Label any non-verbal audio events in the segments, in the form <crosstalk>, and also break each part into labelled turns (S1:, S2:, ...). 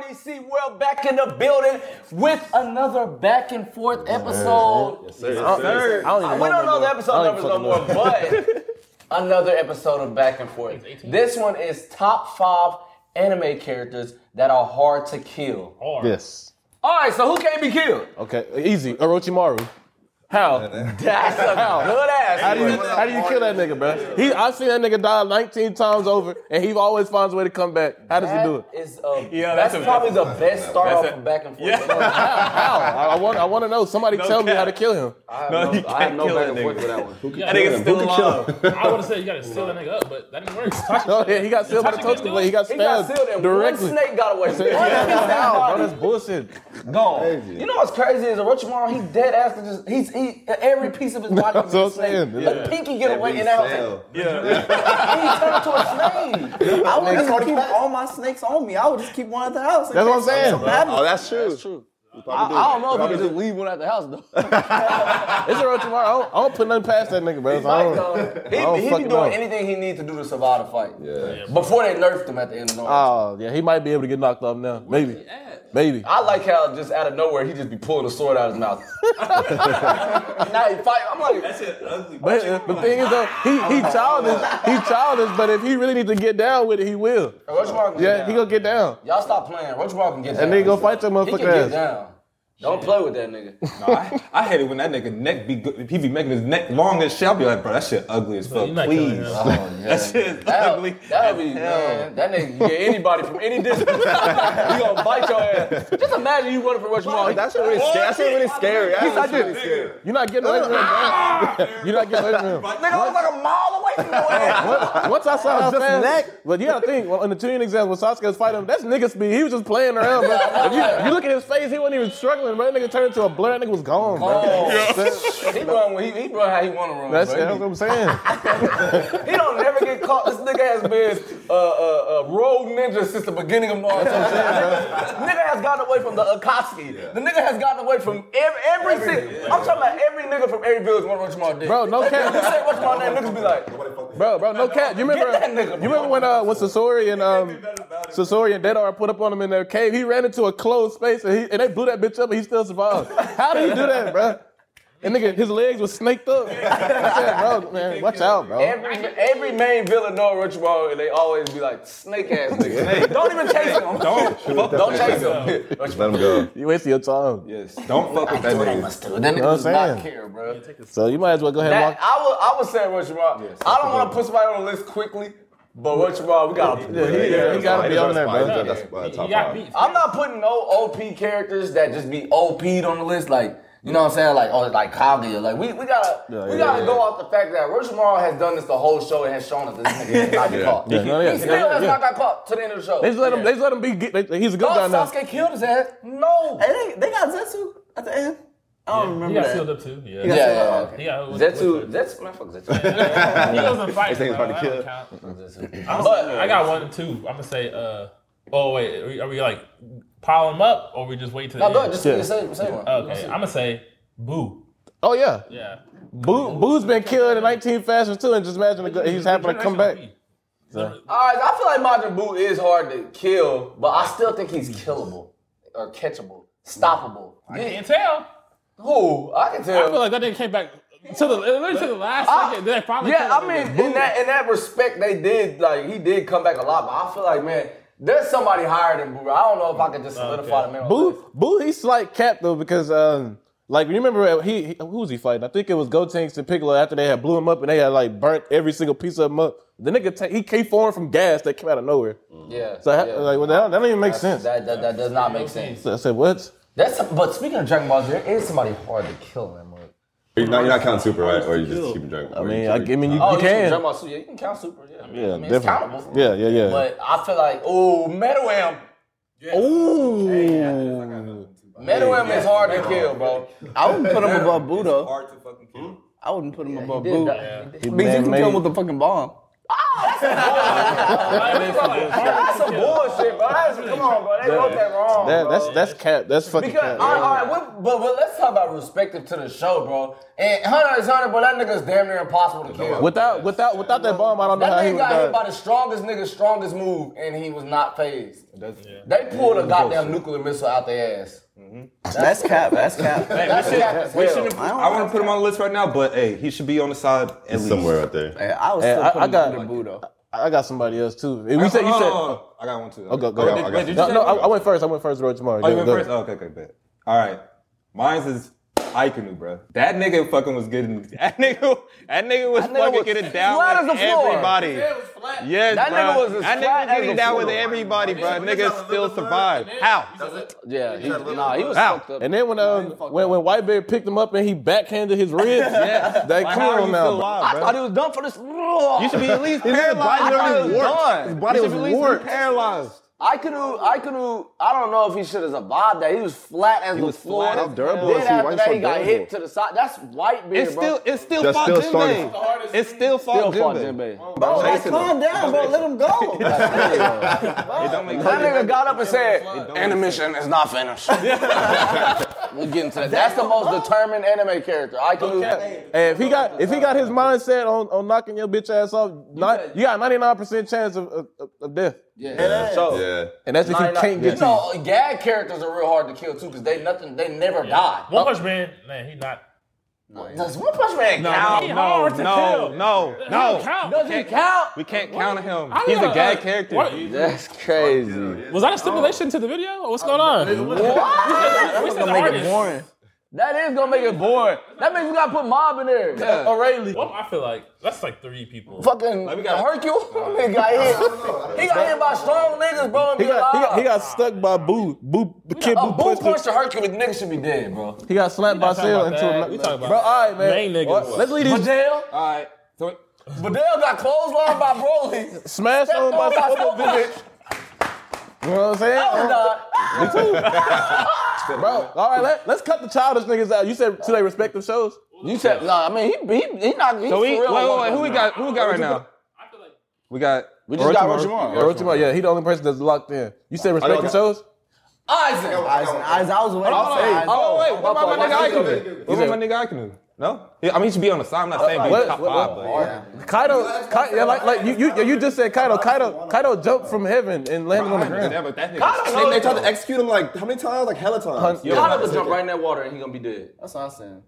S1: Burrell back in the building with another back and forth episode.
S2: Yes, sir.
S1: I don't-
S2: Yes, sir.
S1: Oh, We don't know the episode numbers no more, but <laughs> another episode of Back and Forth. This one is top five anime characters that are hard to kill. All
S2: Yes.
S1: right, so who can't be
S2: <laughs>
S1: killed?
S2: Okay, easy. Orochimaru.
S3: <laughs>
S1: How? That's a good ass.
S2: How do you how do you kill that nigga, bro? He I seen that nigga die 19 times over, and he always finds a way to come back. How does he do it?
S1: That is a,
S4: Yeah,
S1: that's,
S4: that's a-
S1: probably the best start off
S4: a-
S1: of back and forth. <laughs>
S2: How? How? I, I want I want to know. Somebody tell me
S4: cap.
S2: how to kill him.
S1: I have
S4: No,
S1: no,
S4: you
S1: I have
S4: can't
S1: no
S4: kill
S1: back
S4: that
S1: and forth
S4: nigga.
S1: with that one. Who
S4: That nigga's still alive.
S5: I would have said you gotta seal that nigga up, but that didn't work.
S2: No, he got sealed by the touch blade. He got
S1: He got
S2: stabbed
S1: sealed and
S2: directly.
S1: one snake got away.
S2: <laughs>
S1: One snake
S2: How?
S1: got
S2: Bro,
S1: away.
S2: that's bullshit.
S1: Gone. You know what's crazy is Orochimaru, he dead ass to just he's he, every piece of his body was
S2: That's what
S1: a
S2: I'm
S1: snake.
S2: saying.
S1: Let Pinky get away and
S3: Every
S1: out. He
S3: cell.
S1: turned to a snake.
S6: I would just keep all my snakes on me. I would just keep one at the house.
S2: That's what I'm saying.
S3: Oh, that's true. That's true.
S1: I, I don't know if I could just leave one at the house though.
S2: It's Orochimaru. I don't, I don't put nothing past that nigga, bro. So I
S1: Like,
S2: don't-
S1: though,
S2: I don't
S1: he, he be
S2: fucking
S1: doing
S2: know.
S1: anything he needs to do to survive the fight. Before they nerfed him at the end of the night.
S2: Oh yeah, he might be able to get knocked off now. Maybe. Maybe.
S1: I like how just out of nowhere he just be pulling a sword out of his mouth. <laughs> now he fight. I'm like,
S2: But uh, the thing is though, he, he childish. He childish, but if he really needs to get down with it, he will.
S1: Roachmark can
S2: Yeah,
S1: get
S2: he
S1: down.
S2: gonna get down.
S1: Y'all stop playing. Roachmark can get down.
S2: And then go fight that
S1: He can
S2: motherfucker
S1: get
S2: ass.
S1: down. Don't play with that nigga.
S7: I, I hate it when that nigga neck be good. He be making his neck long as shit. I'll be like, bro, that shit ugly as fuck.
S5: you're not killing
S7: Please.
S5: him.
S7: <laughs> <laughs> that shit is
S1: That'll,
S7: ugly.
S1: that'll be, man, that nigga can get anybody from any distance. <laughs> he gonna bite your ass. Just imagine you running from Roachmark.
S3: That's really scary. That's really scary. That's
S2: I did.
S3: really scary.
S2: You're not getting away from him. bro. <laughs> You're not getting away from him.
S6: Nigga, I was like a mile away from your ass.
S1: Oh.
S2: Once- Once I saw how
S6: just
S2: fast,
S6: neck.
S2: but you gotta think. Well, in the Tyrion example, when Sasuke was fighting him, that's nigga speed. He was just playing around, bro. If you, you look at his face, he wasn't even struggling, bro. That nigga turned into a blur. That nigga was gone, bro.
S1: Oh, he run when he, he run how he wanna run.
S2: That's,
S1: bro.
S2: that's what I'm saying.
S1: He don't never get caught. This nigga has been a uh, uh, uh, road ninja since the beginning of Naruto. nigga has gotten away from the Akatsuki. The nigga has gotten away from every, every single. I'm talking about every nigga from every village want Roachmar dick.
S2: Bro, no cap.
S1: You say Roachmar name, niggas be like,
S2: Bro, bro, no cat. You remember?
S1: Get that nigga,
S2: you remember when uh, when Sasori and um, Sasori and Dedar put up on him in their cave? He ran into a closed space and, he, and they blew that bitch up, and he still survived. How did he do that, bro? And nigga, his legs was snaked up. I said, bro, man, watch out, bro.
S1: every, every main villain know Roachmar, and they always be like, snake ass nigga. don't even chase him.
S7: Don't, fuck
S1: Don't
S7: don't,
S1: chase him.
S3: Let
S8: <laughs>
S3: him go.
S2: You wasted your time.
S7: yes, don't fuck with that nigga.
S1: That nigga
S2: what I'm
S1: does not
S2: saying?
S1: care, bro.
S2: So you might as well go ahead and
S1: That,
S2: walk.
S1: I would I would say Roachmar. I don't want to put somebody on the list quickly, but Roachmar, we got to.
S2: Yeah, he, yeah, he gotta be on there, bro.
S3: That's my
S5: You
S3: top
S5: got
S3: five.
S5: beef.
S1: I'm not putting no OP characters that just be OP'd on the list, like you know what I'm saying, like oh like Kaguya. Like we we gotta
S2: Yeah,
S1: we
S2: yeah,
S1: gotta
S2: yeah.
S1: go off the fact that Rochimaro has done this the whole show and has shown us that this nigga has not got caught.
S2: Yeah, no, yeah,
S1: he still
S2: yeah,
S1: has
S2: yeah.
S1: not got caught to the end of the show.
S2: They just let him. They just let him be. get- They, he's a good guy
S1: Oh,
S2: now.
S1: Sasuke killed his ass. No.
S6: Hey, they, they got Zetsu at the end. I don't
S5: He
S6: remember
S5: got
S6: that.
S5: sealed up too. Yeah.
S1: Yeah, yeah,
S5: He got
S1: Zetsu, Zetsu, man, fuck Zetsu.
S5: He doesn't fight.
S3: This nigga's
S5: bro.
S3: about to
S5: That don't
S3: kill.
S5: count.
S1: Zetsu.
S5: I'm
S1: But-
S5: gonna- I got one and two. I'm gonna say. uh Oh wait, are we, are we like pile them up or we just wait till?
S1: No,
S5: the
S1: go ahead,
S5: end?
S1: just
S2: Yeah.
S1: say, say one.
S5: Okay, I'm gonna say boo.
S2: Oh yeah,
S5: Yeah.
S2: Boo, Boo's been killed in 19 fashions too, and just imagine the, he's happening to come back.
S1: All right, I feel like Majin Buu is hard to kill, but I still think he's killable or catchable, stoppable.
S5: Can't tell.
S1: Who? I can tell.
S4: I feel like that nigga came back to the literally to the last
S1: I-
S4: second. Then they finally
S1: Ah, yeah, I
S4: killed him.
S1: mean, in that in that respect, they did like he did come back a lot, but I feel like man, there's somebody higher than Boo. I don't know if I could just solidify the man.
S2: Boo, Boo, he's slight cap though because um, like you remember he, he who was he fighting? I think it was Gotenks and Piccolo after they had blew him up and they had like burnt every single piece of him up. The nigga ta- he came formed from gas that came out of nowhere.
S1: Yeah.
S2: So ha-
S1: Mm. yeah.
S2: like well, that, that don't even make sense.
S1: That, that, that does not make sense.
S2: So I said what?
S1: That's but speaking of Dragon Ball, Z, there is somebody hard to kill in that movie.
S3: You're not, you're not counting super, right? Or you just keep drinking.
S2: I mean, I, I mean you,
S1: Oh,
S2: you
S1: Dragon
S2: can.
S1: Ball Super, yeah, you can count Super. Yeah, I mean,
S2: Yeah,
S1: I mean, it's
S2: definitely.
S1: countable.
S2: Yeah, yeah, yeah.
S1: But I feel like oh, Metawam.
S2: Ooh,
S1: Metawam is hard to kill, bro.
S6: I wouldn't put him above Boo though.
S7: Hard to fucking kill.
S6: I wouldn't put him above
S1: He did
S6: Boo.
S1: die.
S6: Because you can kill him with a fucking bomb.
S1: That's some bullshit, bro. That's, come on, bro. They wrote that wrong.
S2: That,
S1: bro.
S2: that's that's cap. That's fucking
S1: Because
S2: cap.
S1: all right, all right, what- but, but let's talk about respective to the show, bro. And Hunter is Hunter, but that nigga's damn near impossible to kill.
S2: Without without without that bomb, I don't know
S1: that
S2: how he
S1: nigga
S2: would
S1: got hit
S2: have
S1: by
S2: died.
S1: the strongest nigga's strongest move, and he was not phased. They pulled a goddamn nuclear missile out their ass.
S6: That's cap. That's cap.
S1: That's cap as hell.
S6: I don't
S7: I want to put him on the list right now, but hey, he should be on the side at least.
S3: somewhere out there.
S6: Yeah, I was still
S2: Eh, I- I
S6: putting him
S2: got-
S6: under Boo though.
S2: I got somebody else too. You said you said.
S7: Hold on, hold on, hold on. I got one too.
S2: Oh, go, go.
S3: I got- I got-
S2: no, no, I, I went first. I went first. Roy tomorrow.
S7: Oh, you went first? Oh, okay, okay, bet. All right. Mine's is Ikenu, bro. That nigga fucking was getting. <laughs> That nigga, that nigga was
S1: That nigga
S7: fucking
S1: was
S7: getting down
S1: flat
S7: with
S1: as the floor.
S7: everybody. Yes,
S1: That nigga
S7: bro.
S1: was as
S7: That nigga
S1: flat
S7: was
S1: as
S7: getting
S1: the
S7: down
S1: floor.
S7: with everybody, bro. Nigga still survived. How?
S1: Yeah, he, nah, he was
S7: How?
S1: fucked up.
S2: And then when um, when when White Bear picked him up and he backhanded
S7: <laughs>
S2: his ribs, yeah, that
S7: Like, how
S2: clear
S7: are you
S2: him
S7: still
S2: now. bro.
S7: alive,
S1: I
S7: bro?
S1: thought he was done for this.
S7: <laughs> You should be
S1: <laughs>
S7: at least paralyzed.
S3: body
S7: I thought
S3: already
S7: he was done.
S3: warped. His body
S7: You should
S3: was
S7: be at least be
S3: warped.
S7: Paralyzed.
S1: I could I could I don't know if he should have survived that. He was flat as the
S7: was
S1: floor.
S7: flat. How
S3: durable
S1: then
S3: is he?
S1: after
S3: Why he
S1: that,
S3: so
S1: he got
S3: durable?
S1: hit to the side. That's white beard,
S7: It's
S1: bro.
S7: still, it's still
S3: That's
S7: fought
S3: still
S7: Jinbei. It's
S1: Still
S7: still fought
S1: fought
S7: Jinbei.
S1: Jinbei.
S6: Bro, like, calm down, bro. Let him go.
S7: It don't make
S1: That
S7: sense.
S1: nigga got up and said, "Animation is not <laughs> finished." We're getting to that. That's the most determined anime character. I can.
S2: And if he got if he got his mindset on, on knocking your bitch ass off, not, you got ninety nine percent chance of, of of death,
S1: Yeah. So,
S3: Yeah.
S2: and that's if he can't
S1: you
S2: get to
S1: know, gag characters are real hard to kill too, because they nothing, they never die.
S5: One Punch Man, man, he not.
S1: Does One Punch Man count?
S5: he hard to
S7: No,
S5: kill.
S7: no,
S4: Oh,
S5: He
S7: no.
S5: count.
S1: Does he count?
S7: We can't counter him.
S5: I
S7: He's a
S5: don't
S7: gay
S5: know.
S7: character.
S5: What-
S1: That's crazy.
S4: Was that a stipulation to the video? What's going on?
S1: What?
S7: <laughs>
S5: We said the artist.
S1: That is gonna make it boring. That means we gotta put Mob in there.
S2: Oh,
S1: O'Reilly.
S5: Well, I feel like that's like three people.
S1: Fucking
S7: we got-
S1: Hercule. <laughs> he got hit. He got hit by strong niggas, bro. And
S2: He
S1: be
S2: got, he got
S1: alive.
S2: he got stuck by Boo Boo Kid
S1: a
S2: Boo
S1: boot
S2: punched him.
S1: punch to Hercules, niggas should be dead, bro.
S2: He got slapped by
S5: talking
S2: Sale
S5: about
S2: into
S5: that.
S2: a
S5: We talking about
S2: bro. All right, man.
S5: main niggas.
S2: Well, Let's leave these
S1: Badell,
S7: All right. So,
S1: Badell got clotheslined by Broly. Oh
S2: smash
S1: Stepped <laughs>
S2: on
S1: on
S2: by
S1: by
S2: Scopo
S1: Scopo.
S2: You know what I'm saying?
S1: That was not.
S2: Bro, all right, let, let's cut the childish niggas out. You said to their respective shows.
S1: You said, nah, I mean, he, he, he not, he's
S7: so we, wait,
S1: real.
S7: wait, Oh, wait. Who we got? Who we got right now? We got.
S2: We just
S7: got
S2: Rochimar. Rochimar, yeah, he the only person that's locked in. You said respective
S3: got-
S2: shows.
S1: Isaac.
S6: I, I, I was waiting for
S7: Hey,
S6: Isaac.
S7: oh, wait, what about my nigga Aikinu? What
S2: said-
S7: about my nigga Aikinu? No? Yeah, I mean, he should be on the side. I'm not saying
S2: what-
S7: he's top
S2: what-
S7: five, but yeah.
S2: Kaido, Kai, yeah, like, like you, you, yeah, you just said Kaido. Kaido, Kaido jumped from heaven and landed on the ground.
S7: Yeah, but that nigga.
S3: They, they tried to execute him like how many times? Like hella times.
S2: Yo,
S1: Kyle would jump right in that water and he gonna be dead.
S6: That's what I'm saying.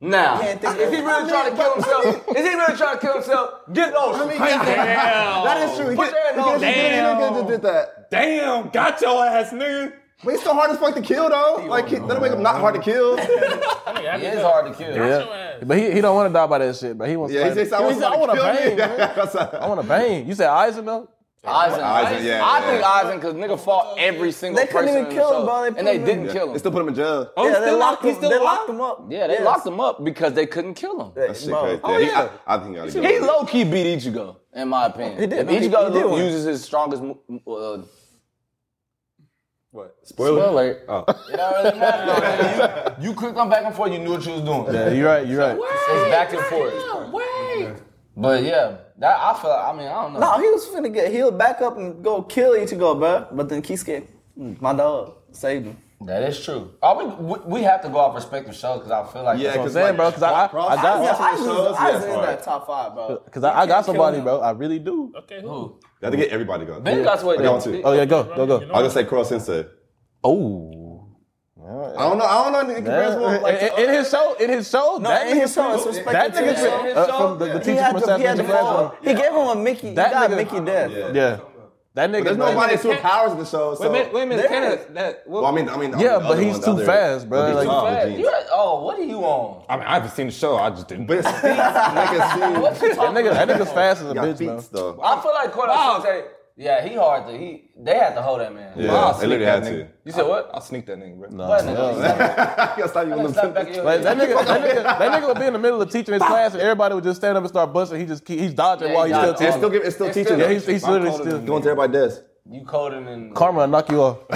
S1: Now,
S6: can't
S1: if
S6: think
S1: he
S6: of-
S1: really trying to kill
S6: <laughs>
S1: himself, is he really trying to kill himself? Get those. I mean,
S5: Damn.
S8: That is true. He
S1: Put
S8: could-
S1: your hand
S8: he
S1: on.
S8: could- he could have did that.
S7: Damn, got your ass, nigga.
S8: But he's still hard as fuck to kill, though. Like, he- that'll make him not hard to
S3: <laughs>
S8: kill.
S5: Nigga, I
S1: It
S5: think
S1: is hard to kill.
S2: Yeah. But he, he don't want to die by that shit, but he wants
S8: Yeah, he
S2: to.
S8: says, I want
S2: I
S8: somebody
S2: want
S8: to
S2: to
S8: kill me.
S2: bang.
S3: <laughs>
S2: man.
S8: That's a-
S2: I want to bang. You said Eisen though?
S1: Eisen.
S3: Eisen, yeah,
S1: I
S3: yeah.
S1: think Eisen, because nigga fought every single
S6: They couldn't
S1: person.
S6: even
S1: in
S6: kill
S1: the
S6: him,
S1: show.
S6: bro. They
S1: and
S6: put
S1: they
S6: him in-
S1: didn't
S6: Yeah.
S1: kill him.
S3: They still put him in jail.
S7: Oh,
S6: Yeah,
S7: he's
S6: they
S7: still
S6: locked
S7: locked, he's
S6: him.
S7: still
S6: They
S7: alive?
S6: locked him up.
S1: Yeah, they locked him up because they couldn't kill him.
S3: That shit
S6: Bro.
S3: crazy.
S6: Oh,
S3: Yeah, he-
S6: yeah.
S3: I, I think he gotta
S1: He
S3: go.
S1: low key beat Ichigo, in my opinion.
S6: He did.
S1: If
S6: He- he
S1: Ichigo
S6: did win.
S1: uses his strongest, mo- uh,
S3: Spoiler.
S1: alert.
S2: Oh.
S1: It don't really
S2: <laughs>
S1: matter. you, you clicked on back and forth. You knew what you was doing.
S2: Yeah, you're right, you're right.
S1: It's back and forth. But yeah, that I feel. I mean, I don't know.
S6: No, he was finna get healed back up and go kill Ichigo, bro. But then Kisuke, mm, my dog, saved him.
S1: That is true. Are we, we we have to go off respective shows because I feel like
S3: Yeah,
S1: that's what
S3: because
S2: saying, bro, 'cause I- I- I got-
S6: Yeah,
S2: <laughs>
S6: I was,
S3: shows,
S6: I
S3: yeah,
S6: was in
S3: alright.
S6: that top five, bro.
S2: Because I, I got somebody, bro. I really do.
S5: Okay, who?
S3: They have to get everybody going.
S1: Ben got
S3: I
S1: what
S3: got one too.
S2: Oh, yeah, go, go,
S5: You
S2: go.
S5: know,
S3: I was gonna say Kuro Sensei.
S2: Oh.
S8: I don't know. I don't know. It compares more,
S2: In,
S8: like, to
S2: in- in his show, in his show,
S6: No,
S2: that
S6: in his
S2: nis-
S6: show, it's
S2: that
S6: respected.
S2: nigga's
S6: to his show.
S2: uh, from the, the
S6: He
S2: teacher
S6: had
S2: from
S6: to,
S2: South
S6: he had to
S2: Africa.
S6: fall. He gave him a Mickey. He
S2: That
S6: got
S2: nigga-
S6: Mickey death.
S2: Yeah, that nigga.
S8: There's nobody with powers in the show, so.
S7: Wait, a minute, wait a minute.
S6: There
S7: Canada,
S6: is-
S7: that, what,
S3: Well, I mean, I mean.
S2: Yeah,
S3: the
S2: but
S3: other
S2: he's
S3: one, the
S2: too
S3: other-
S2: fast, bro.
S3: but he's
S2: Like-
S3: too fast.
S1: Hey, you oh, what are you on?
S7: I mean, I haven't seen the show. I just didn't.
S3: But his feet, nigga, his feet.
S2: <laughs> That nigga, that nigga's fast as a
S3: Got
S2: bitch, man.
S3: feet though.
S1: I feel like Cordo
S7: Wow.
S1: Sensei. Yeah, he hard to he. They had to hold that man.
S3: Yeah, they literally had
S7: that
S3: to.
S1: You said what?
S7: I'll sneak that nigga, bro.
S1: What nigga?
S3: I gotta stop you with
S1: Stop
S3: them.
S1: back in your
S2: Like,
S1: head.
S2: that nigga, that nigga,
S6: <laughs>
S2: that nigga would be in the middle of teaching his class, and everybody would just stand up and start busting. He just keep, he's dodging
S1: Yeah,
S2: while
S1: he
S2: he's still
S1: dodging.
S2: teaching.
S3: It's still giving. It's still
S1: It's
S3: teaching.
S1: still-
S2: yeah,
S3: though.
S2: he's, he's literally still
S3: Going to everybody's desk.
S1: You coding and
S2: karma will knock you off.
S1: <laughs>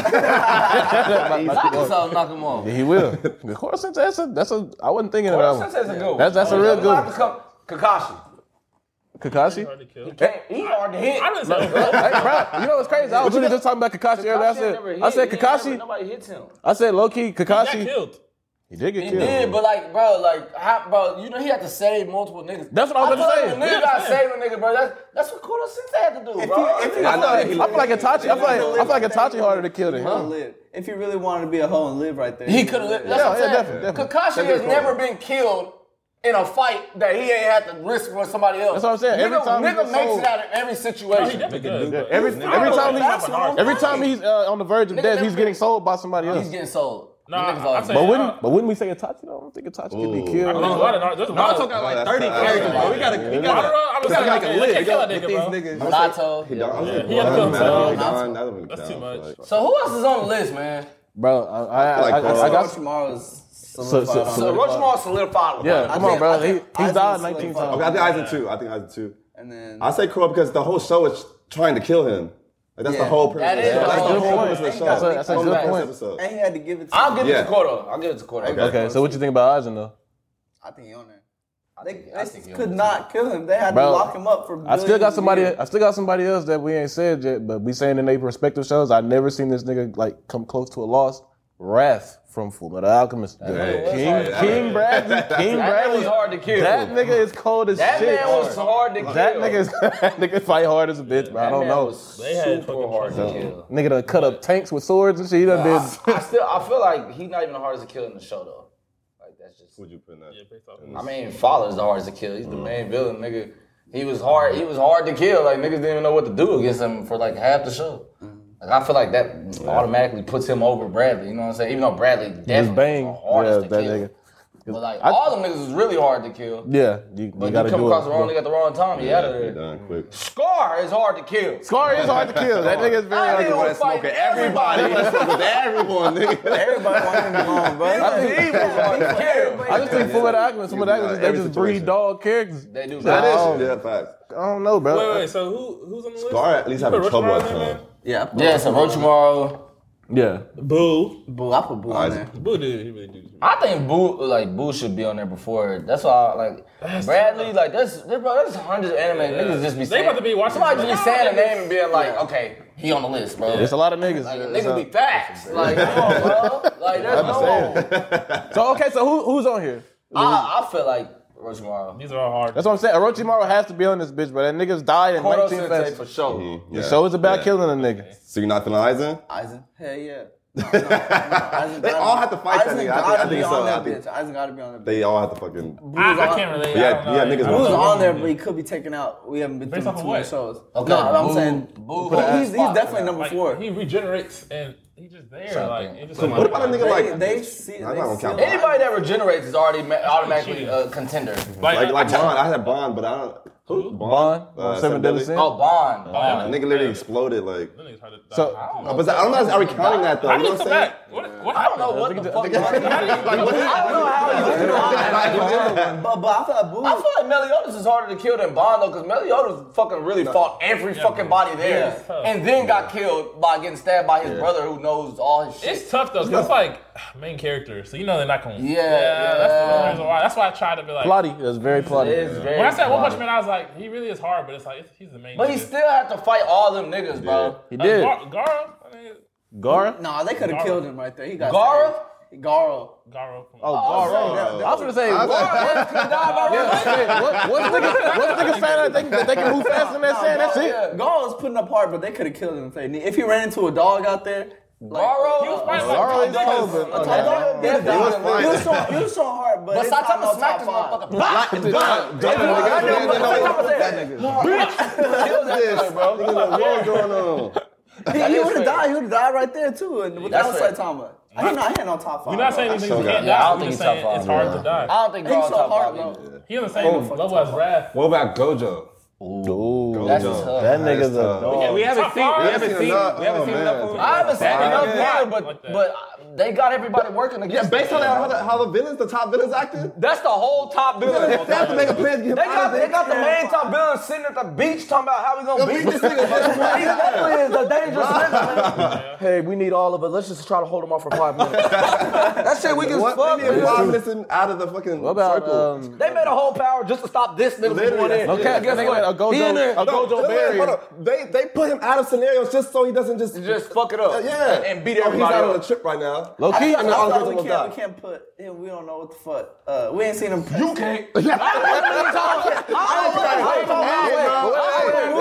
S1: Knock yourself, knock him off.
S2: he will. Of course, that's- that's a that's a. I wasn't thinking
S1: Cordo
S2: about that.
S1: Sensei's a good one.
S2: That's- that's a
S1: Oh,
S2: real
S1: yeah.
S2: good one.
S1: Kakashi.
S2: Kakashi?
S5: Hard to kill.
S1: Damn, he hard to hit.
S5: I didn't say
S2: Hey, bro, you know what's crazy? I was literally just talking about Kakashi earlier. I said,
S1: never hit.
S2: I said
S1: He ain't never-
S2: Kakashi.
S1: Nobody hits him.
S2: I said low key
S5: Got
S2: Kakashi.
S5: killed.
S2: He did get
S1: He
S2: killed.
S1: did, but like, bro, like, how, bro, you know he had to save multiple niggas.
S2: That's what I was about to
S1: thought
S2: say.
S1: if a Nigga
S2: Yeah,
S1: got saved a nigga, bro. That's that's what Kudo Sensei had to do, bro.
S2: I, feel like, I feel like Itachi. I feel like I feel like Itachi harder to kill than
S6: Wanna
S2: him.
S6: live. If you really wanted to be a hoe and live right there,
S1: he
S6: you
S1: could have.
S6: would've
S1: That's
S6: lived.
S1: what I'm
S2: Yeah,
S1: saying.
S2: yeah, definitely,
S1: Kakashi has never been killed in a fight that he ain't had to risk for somebody else.
S2: That's what I'm saying.
S1: Nigga,
S2: Every time he
S1: nigga
S2: gets
S1: makes
S2: sold-
S1: it out of every situation.
S5: He definitely does.
S2: Every every time
S1: That's
S2: he's
S1: what I'm
S2: every time he's uh, on the verge of
S1: Nigga
S2: death,
S1: never
S2: he's getting
S1: been-
S2: sold by somebody else.
S1: He's getting sold.
S5: Nah,
S1: Niggas always-
S5: I'm saying-
S2: But
S5: Yeah.
S2: wouldn't but wouldn't we say Itachi though? I don't think Itachi could be killed.
S5: There's a lot of there's a lot of.
S7: like 30 characters, bro. We gotta, we
S5: I don't
S7: gotta,
S5: know. I'm just saying, like, they can't kill a nigga, bro.
S7: niggas.
S1: Naruto.
S5: He had to kill himself.
S3: That's
S5: too much.
S1: So who else is on the list, man?
S2: Bro, I, I, I,
S3: Like,
S2: I,
S3: bro.
S2: I got
S6: Tomorrow's
S2: so, so,
S6: solidified.
S2: so-
S1: Rochemore solidified.
S2: yeah. Come on,
S6: think- I
S2: bro. He,
S6: think
S2: he
S6: Aizen
S2: died
S6: is
S2: 19
S6: solidified.
S3: Okay,
S2: times.
S3: I think Aizen too. I think Aizen too.
S6: and then
S3: I say Kuro because the whole show is trying to kill him. Like, that's the whole purpose.
S1: That is
S3: that's
S1: the
S3: the
S1: whole
S3: whole
S1: point.
S3: purpose of the show.
S2: That's a- that's a
S3: Only
S2: good
S3: the first
S2: point.
S3: episode.
S6: and he had to give it. to
S1: I'll give
S3: Yeah.
S1: it to Kudo. I'll give it to Kudo.
S3: Okay.
S2: Okay, so what you think about Aizen though?
S6: I think he on there. They,
S1: I
S6: they
S1: think he
S6: could
S1: on
S6: not kill him. They had
S2: Bro,
S6: to lock him up for.
S2: I still got
S6: billions of
S2: somebody.
S6: years.
S2: I still got somebody else that we ain't said yet, but we saying in their respective shows. I never seen this nigga like come close to a loss. Wrath from Full Metal Alchemist.
S3: Hey.
S2: King King Bradley. King
S1: That
S2: Bradley.
S1: was hard to kill.
S2: That nigga is cold as
S1: That
S2: shit.
S1: man was hard to kill.
S2: that nigga is <laughs> that nigga fight hard as a bitch, bro. I don't
S1: Man
S2: know.
S1: was
S5: They had
S1: super
S5: fucking
S1: hard to kill.
S2: Nigga done cut up tanks with swords and shit. He done did.
S1: I, I still, I feel like he's not even the hardest to kill in the show though. Like that's just.
S3: Would you put in that?
S1: I mean, Fowler's the hardest to kill. He's the
S2: Mm.
S1: main villain, nigga. He was hard. He was hard to kill. Like niggas didn't even know what to do against him for like half the show.
S2: Mm-hmm.
S1: Like I feel like that automatically puts him over Bradley. You know what I'm saying? Even though Bradley
S2: His
S1: definitely
S2: bang.
S1: was the hardest
S2: Yeah,
S1: to
S2: that
S1: kill.
S2: nigga.
S1: But like
S2: I-
S1: all them niggas was really hard to kill.
S2: Yeah, you, you
S1: But
S2: gotta
S1: you come
S2: do
S1: across the wrong
S2: it.
S1: nigga at the wrong time, you out of there.
S3: Done quick.
S1: Scar is hard to kill.
S2: Scar is hard to kill. That nigga is very
S1: I
S2: hard to
S1: didn't
S2: kill.
S1: want to fight everybody.
S3: With everyone, nigga.
S6: Everybody wanted him gone, bro.
S1: I think he was hard to kill.
S2: I just think Full Metal Alchemist. Full Metal
S3: Yeah,
S2: Alchemist. They
S3: every
S2: just breed
S3: situation.
S2: dog characters.
S1: They do.
S3: That is.
S2: Oh.
S3: Yeah, facts.
S2: I don't know, bro.
S5: Wait, wait. So who who's on the list?
S3: Gar at least
S5: You
S3: having
S5: put
S3: trouble
S5: Rushmore
S3: at
S5: on there,
S3: times.
S6: Yeah, I put,
S1: Yeah, so Orochimaru.
S2: Yeah.
S5: Boo,
S6: Boo, I put Boo on there.
S5: boo, dude. He really do.
S1: I think Boo like Boo should be on there before. That's why like Bradley like that's there, bro. That's hundreds of anime niggas just be
S5: They
S1: saying.
S5: about to be watching
S1: Somebody
S5: this
S1: just be
S5: shit.
S1: saying a name and being like, okay, he on the list, bro.
S2: It's a lot of niggas.
S1: Like,
S2: It's
S1: niggas
S2: a-
S1: be facts. Like, come on, bro. Like, that's <laughs> no.
S2: <laughs> so okay, so who, who's on here?
S1: I, I feel like Orochimaru.
S5: These are all hard.
S2: That's what I'm saying. Orochimaru has to be on this bitch, but that nigga's died in
S1: Koro
S2: 19
S1: Sensei
S2: fest.
S1: for sure.
S3: Yeah.
S2: The show is about
S3: Yeah.
S2: killing a nigga.
S3: So you're not feeling Aizen?
S6: Aizen. Hell yeah. No, no, no, Aizen
S3: They
S6: gotta
S3: all
S6: be-
S3: have to fight that
S6: Aizen
S3: nigga. I think-
S6: gotta
S3: I think
S6: be
S3: so.
S6: on
S3: I
S6: that
S3: think-
S6: bitch. Aizen gotta be on that bitch.
S3: They all have to fucking.
S5: I, I can't relate.
S3: Yeah,
S5: I don't know.
S3: yeah, niggas
S5: I
S3: Boo's
S5: don't
S6: Boo's
S5: know.
S6: on there, but he could be taken out. We haven't been
S5: Based
S6: through
S5: off of
S6: too many
S5: what?
S6: shows.
S1: Okay,
S6: no, I'm
S1: Boo-
S6: saying
S1: Boo-
S6: Boo- he's, he's
S1: Spot.
S6: definitely number
S5: Like,
S6: four.
S5: He regenerates and he just there. Like it just
S3: What about a nigga
S6: they,
S3: like?
S6: they see.
S3: Nah,
S6: they
S3: that don't
S6: see
S3: count.
S6: it.
S1: Anybody that regenerates is already ma- automatically a contender.
S3: Like like Bond, I had Bond, but I don't. Who?
S2: Bond,
S3: Uh,
S2: Seven
S3: Seven
S2: Deadly
S3: Deadly
S2: Sins.
S1: Oh, Bond.
S5: Oh, that
S3: That nigga literally exploded like.
S5: nigga's hard to-
S2: So-
S5: I don't know.
S3: But I don't know. Are we counting that though?
S5: How
S3: You
S5: did
S3: know
S5: he
S3: what
S5: come
S3: I'm saying?
S5: back? What, what
S1: I don't
S5: happened?
S1: know what the fuck. I
S3: Like, what
S1: don't
S3: is-
S1: know how he's
S6: But, but I thought Boo.
S1: I feel like Meliodas is harder to kill than Bond though, because Meliodas fucking really fought every fucking body there, and then got killed by getting stabbed by his brother who knows all his shit.
S5: It's tough though, cause it's like main character, so you know they're not going.
S1: Yeah,
S5: that's the
S1: yeah.
S5: only reason why. That's why I tried to be like.
S2: Plotty. That's very
S1: It is
S2: plotty.
S1: very
S5: When I said One
S1: wild.
S5: Punch Man, I was like, he really is hard, but it's like it's, he's the main.
S1: but he
S5: nigga.
S1: still had to fight all them niggas, bro.
S2: He
S5: Uh,
S2: did.
S5: Gar- Garo, I mean,
S2: Gara?
S6: Nah, they could have killed him right there. He got
S1: Gara?
S6: saved. Garo.
S5: Garo.
S2: Oh, Gara. I was gonna say, <laughs> what, what, yeah, what, what's niggas, what's niggas saying that they, that they can move faster than that sand? That's it.
S6: Garo was putting up hard, but they could have killed him if they need. If he ran into a dog out there, like,
S1: Garo?
S6: Oh,
S5: He was fighting
S2: Gara
S5: like
S2: is
S5: Tom
S2: cold,
S5: Dickens.
S2: but-
S6: A
S2: okay.
S6: dog, he was
S3: fine.
S6: strong. He was strong hard, but,
S1: But
S6: it's not
S1: Saitama
S6: no
S1: smacked
S6: top
S1: his motherfucking
S6: five.
S1: back.
S3: Done.
S1: I
S3: Done.
S1: know, but
S3: Nigga,
S1: Saitama said,
S3: What is this? Nigga, What's going on?
S6: He,
S1: is
S6: would
S1: fair.
S6: have died. He would have died right there too, and without
S1: fair.
S6: Saitama, I don't know. He ain't no top five.
S5: We're not saying these
S3: still
S5: niggas
S3: got-
S5: can't
S1: Yeah, I
S5: die.
S1: don't
S5: We're
S1: think
S5: just
S1: he's
S5: saying
S1: top
S5: it's
S1: five.
S5: hard to die.
S1: I don't think
S6: He's
S1: Garo
S6: so
S1: top
S6: hard,
S1: five.
S6: bro.
S5: He on the same level as Wrath.
S7: What about Gojo?
S2: Ooh,
S1: That's tough.
S2: that nigga's a
S3: tough.
S2: dog.
S5: We haven't seen. We
S3: haven't seen enough- oh, man.
S1: I haven't seen enough there, but
S5: Like that.
S1: but uh, they got everybody working against.
S3: Yeah, based on
S1: them.
S3: that, how the, how the villains, the top villains acted.
S1: That's the whole top billing.
S3: That's what make a plan to get him
S1: They
S3: out
S1: got,
S3: of
S1: they
S3: there.
S1: got the main top villain sitting at the beach talking about how we gonna beat this nigga. he definitely is a dangerous nigga. man. Hey, we need all of us. Let's just try to hold him off for five minutes. that shit shit weak as
S8: What?
S1: fuck,
S8: They need
S1: man.
S8: five minutes in- out of the fucking
S2: What about
S8: circle.
S2: um,
S1: They made a whole power just to stop this nigga from going
S8: Literally,
S1: in.
S8: that's
S2: okay?
S8: Yeah,
S2: guess what? A
S1: He in there.
S2: Gojo,
S1: No,
S2: a Gojo
S8: Wait, wait, hold
S2: Berry.
S8: up. They they put him out of scenarios just so he doesn't just
S1: Just fuck it up.
S8: yeah
S1: And beat
S8: Oh, he's
S1: everybody
S8: out on
S1: up.
S8: a trip right now.
S2: Low key,
S8: I- I- I-
S6: Sometimes
S8: All
S6: we
S8: those
S6: can't,
S8: guys
S6: we can't put. Yeah, we don't know what the fuck. Uh, we ain't seen him.
S1: You
S6: <laughs>
S1: can't. I don't know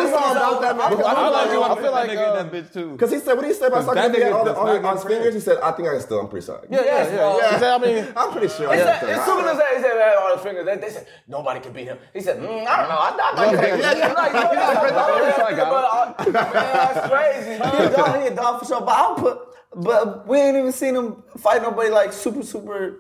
S8: This song about that man.
S2: I like you. I feel
S7: that
S2: like
S7: nigga
S2: uh,
S7: in that bitch too.
S8: Because he said, what do you say about sucking
S7: That
S8: his dick
S7: nigga
S8: on, the-
S7: does
S8: on,
S7: not
S8: his-
S7: get
S8: on his
S7: credit.
S8: fingers? He said, I think I can still, I'm pretty sorry.
S2: yeah, yeah, yeah. You say, I mean,
S8: I'm pretty sure.
S1: They
S8: yeah,
S1: said, as soon as they, they said they had all the fingers, they, they said nobody could beat him. He said, mm, I don't know. I, I thought you could.
S8: Yeah, yeah.
S1: Like, no, that's
S8: I
S1: not-
S8: tried, got
S1: but, uh, man, that's
S6: He a
S1: crazy.
S6: dog, he a dog for sure. But I'll put. But we ain't even seen him fight nobody like super super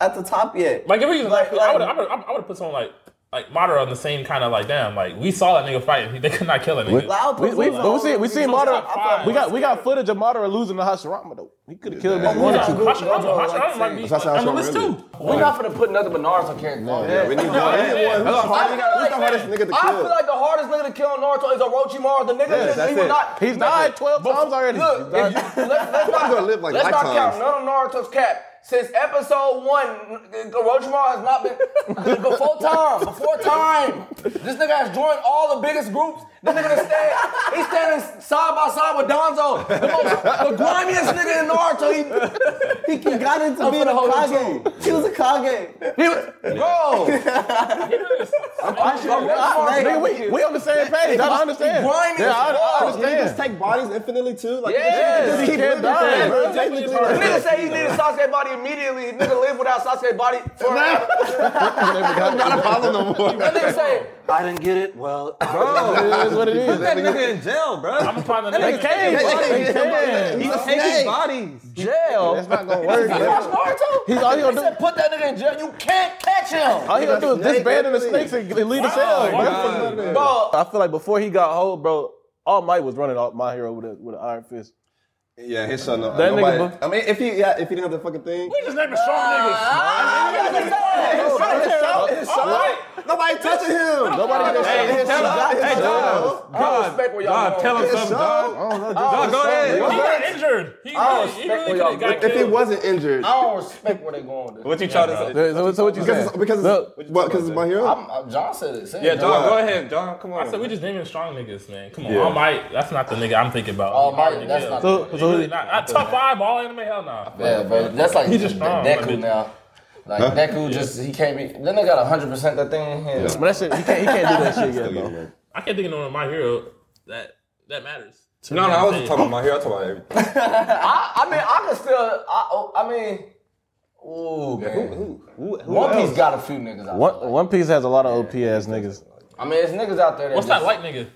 S6: at the top yet.
S5: Like if we was
S6: Like-
S5: like, I would I would I would put someone like like Madara on the same kind of like damn like we saw that nigga fight and he- they could not kill a nigga.
S6: Like, I'll
S2: we
S6: put
S2: we
S6: Uzo
S2: but we see we
S6: over
S2: see
S6: Uzo.
S2: Madara.
S6: I thought-
S2: We got we got footage of Madara losing to Hashirama though. He could have killed him. if he
S5: Yeah,
S2: wanted to.
S5: Hashirama- Hashirama might be
S3: That's how
S5: on the
S3: Hashirama
S5: list
S3: really-
S5: too.
S1: We're not finna put another Benares on Karen Clark.
S3: Yeah, we need one.
S1: I feel
S3: Who's
S1: like-
S3: the hardest nigga to kill?
S1: I feel like the hardest nigga to kill in Naruto is Orochimaru. The nigga just,
S3: that's
S1: he was
S3: it.
S1: not.
S2: He's died 12 times already.
S1: Look, if you, <laughs> let's,
S3: <laughs>
S1: let's not,
S3: gonna live like
S1: let's not
S3: lifetimes.
S1: count none of Naruto's cap. Since episode one, Orochimaru has not been <laughs> before time. Before time, this nigga has joined all the biggest groups. This nigga is stand, he's standing side by side with Donzo, the, most, the grimiest nigga in Naruto. He, he,
S6: He got into
S1: I'm
S6: being a
S1: finna hold you
S6: Kage. He was a Kage.
S1: he, was-
S3: <laughs>
S1: bro, Orochimaru-
S2: Nigga, we, we on the same page. I understand.
S1: grimy
S2: Yeah,
S1: as
S2: I, I
S1: fuck.
S2: understand.
S8: Just take bodies infinitely too. Like,
S1: Yeah.
S8: you can just
S2: He
S8: keep living
S2: can't die,
S8: forever.
S2: bro.
S8: Technically,
S1: The
S8: like,
S1: nigga say he needed Sasuke body immediately. The nigga live without Sasuke body forever.
S3: not a problem no more.
S1: That nigga say, I didn't get it. Well,
S2: It is what it is.
S7: That nigga in jail, bro.
S5: I'm gonna find the nigga.
S2: They can.
S7: He's taking bodies.
S1: jail.
S2: That's not gonna work.
S1: Watch Naruto.
S2: He's all he
S1: He
S2: gonna
S1: said,
S2: do.
S1: put that nigga in jail. You can't catch him.
S2: All he gonna do is disband the snakes and leave the cell, bro.
S1: Bro,
S2: I feel like before he got hold, bro, All Might was running off my hero with a, with an iron fist.
S3: Yeah, his son. no-
S2: That nigga
S3: nobody- I mean, if he yeah, if he didn't have the fucking thing,
S5: We just naming strong niggas.
S3: nobody touching him.
S2: Nobody gets
S7: Hey,
S2: shot.
S7: tell him. Hey, dog.
S1: I respect where y'all
S7: Dog,
S1: going.
S7: tell him something, dog.
S2: I don't know,
S7: Dog, go
S5: He
S7: ahead.
S5: got injured. He really, he
S1: respect
S5: really
S1: y'all
S5: could have got
S3: If he
S5: killed.
S3: wasn't injured,
S1: I don't respect where they going. with this.
S7: What you trying to say?
S2: just- So, so what you
S3: because
S2: saying?
S3: it's, because
S2: Look,
S3: it's, what, because it's my hero.
S1: I'm, I'm- John said it. Said
S7: Yeah,
S1: it.
S7: John, go ahead, John. Come on.
S5: I said we just naming strong niggas, man. Come on,
S7: Yeah.
S5: All Might. That's not the nigga I'm thinking about.
S1: All
S5: He
S1: Might,
S5: already
S1: that's
S5: killed.
S1: not-
S2: so,
S5: He
S2: so
S5: really not. I, top five all anime. Hell no.
S1: Yeah, bro. That's like
S5: He's just strong, my
S1: Deku
S5: bitch.
S1: now. Like Deku, just he can't be. Then they got hundred percent that thing in him.
S2: but that shit, he can't, he can't do that shit yet, bro.
S5: I can't think of no one of my hero that that matters. to
S7: No,
S5: me.
S7: no, I wasn't talking about my hero. I was talking about everything.
S1: I, I mean, I can still. I, oh, I mean, ooh, man. One Piece got a few niggas out.
S2: One, One Piece has a lot of OP ass niggas.
S1: I mean, it's niggas out there. That
S5: What's
S1: just,
S5: that light nigga?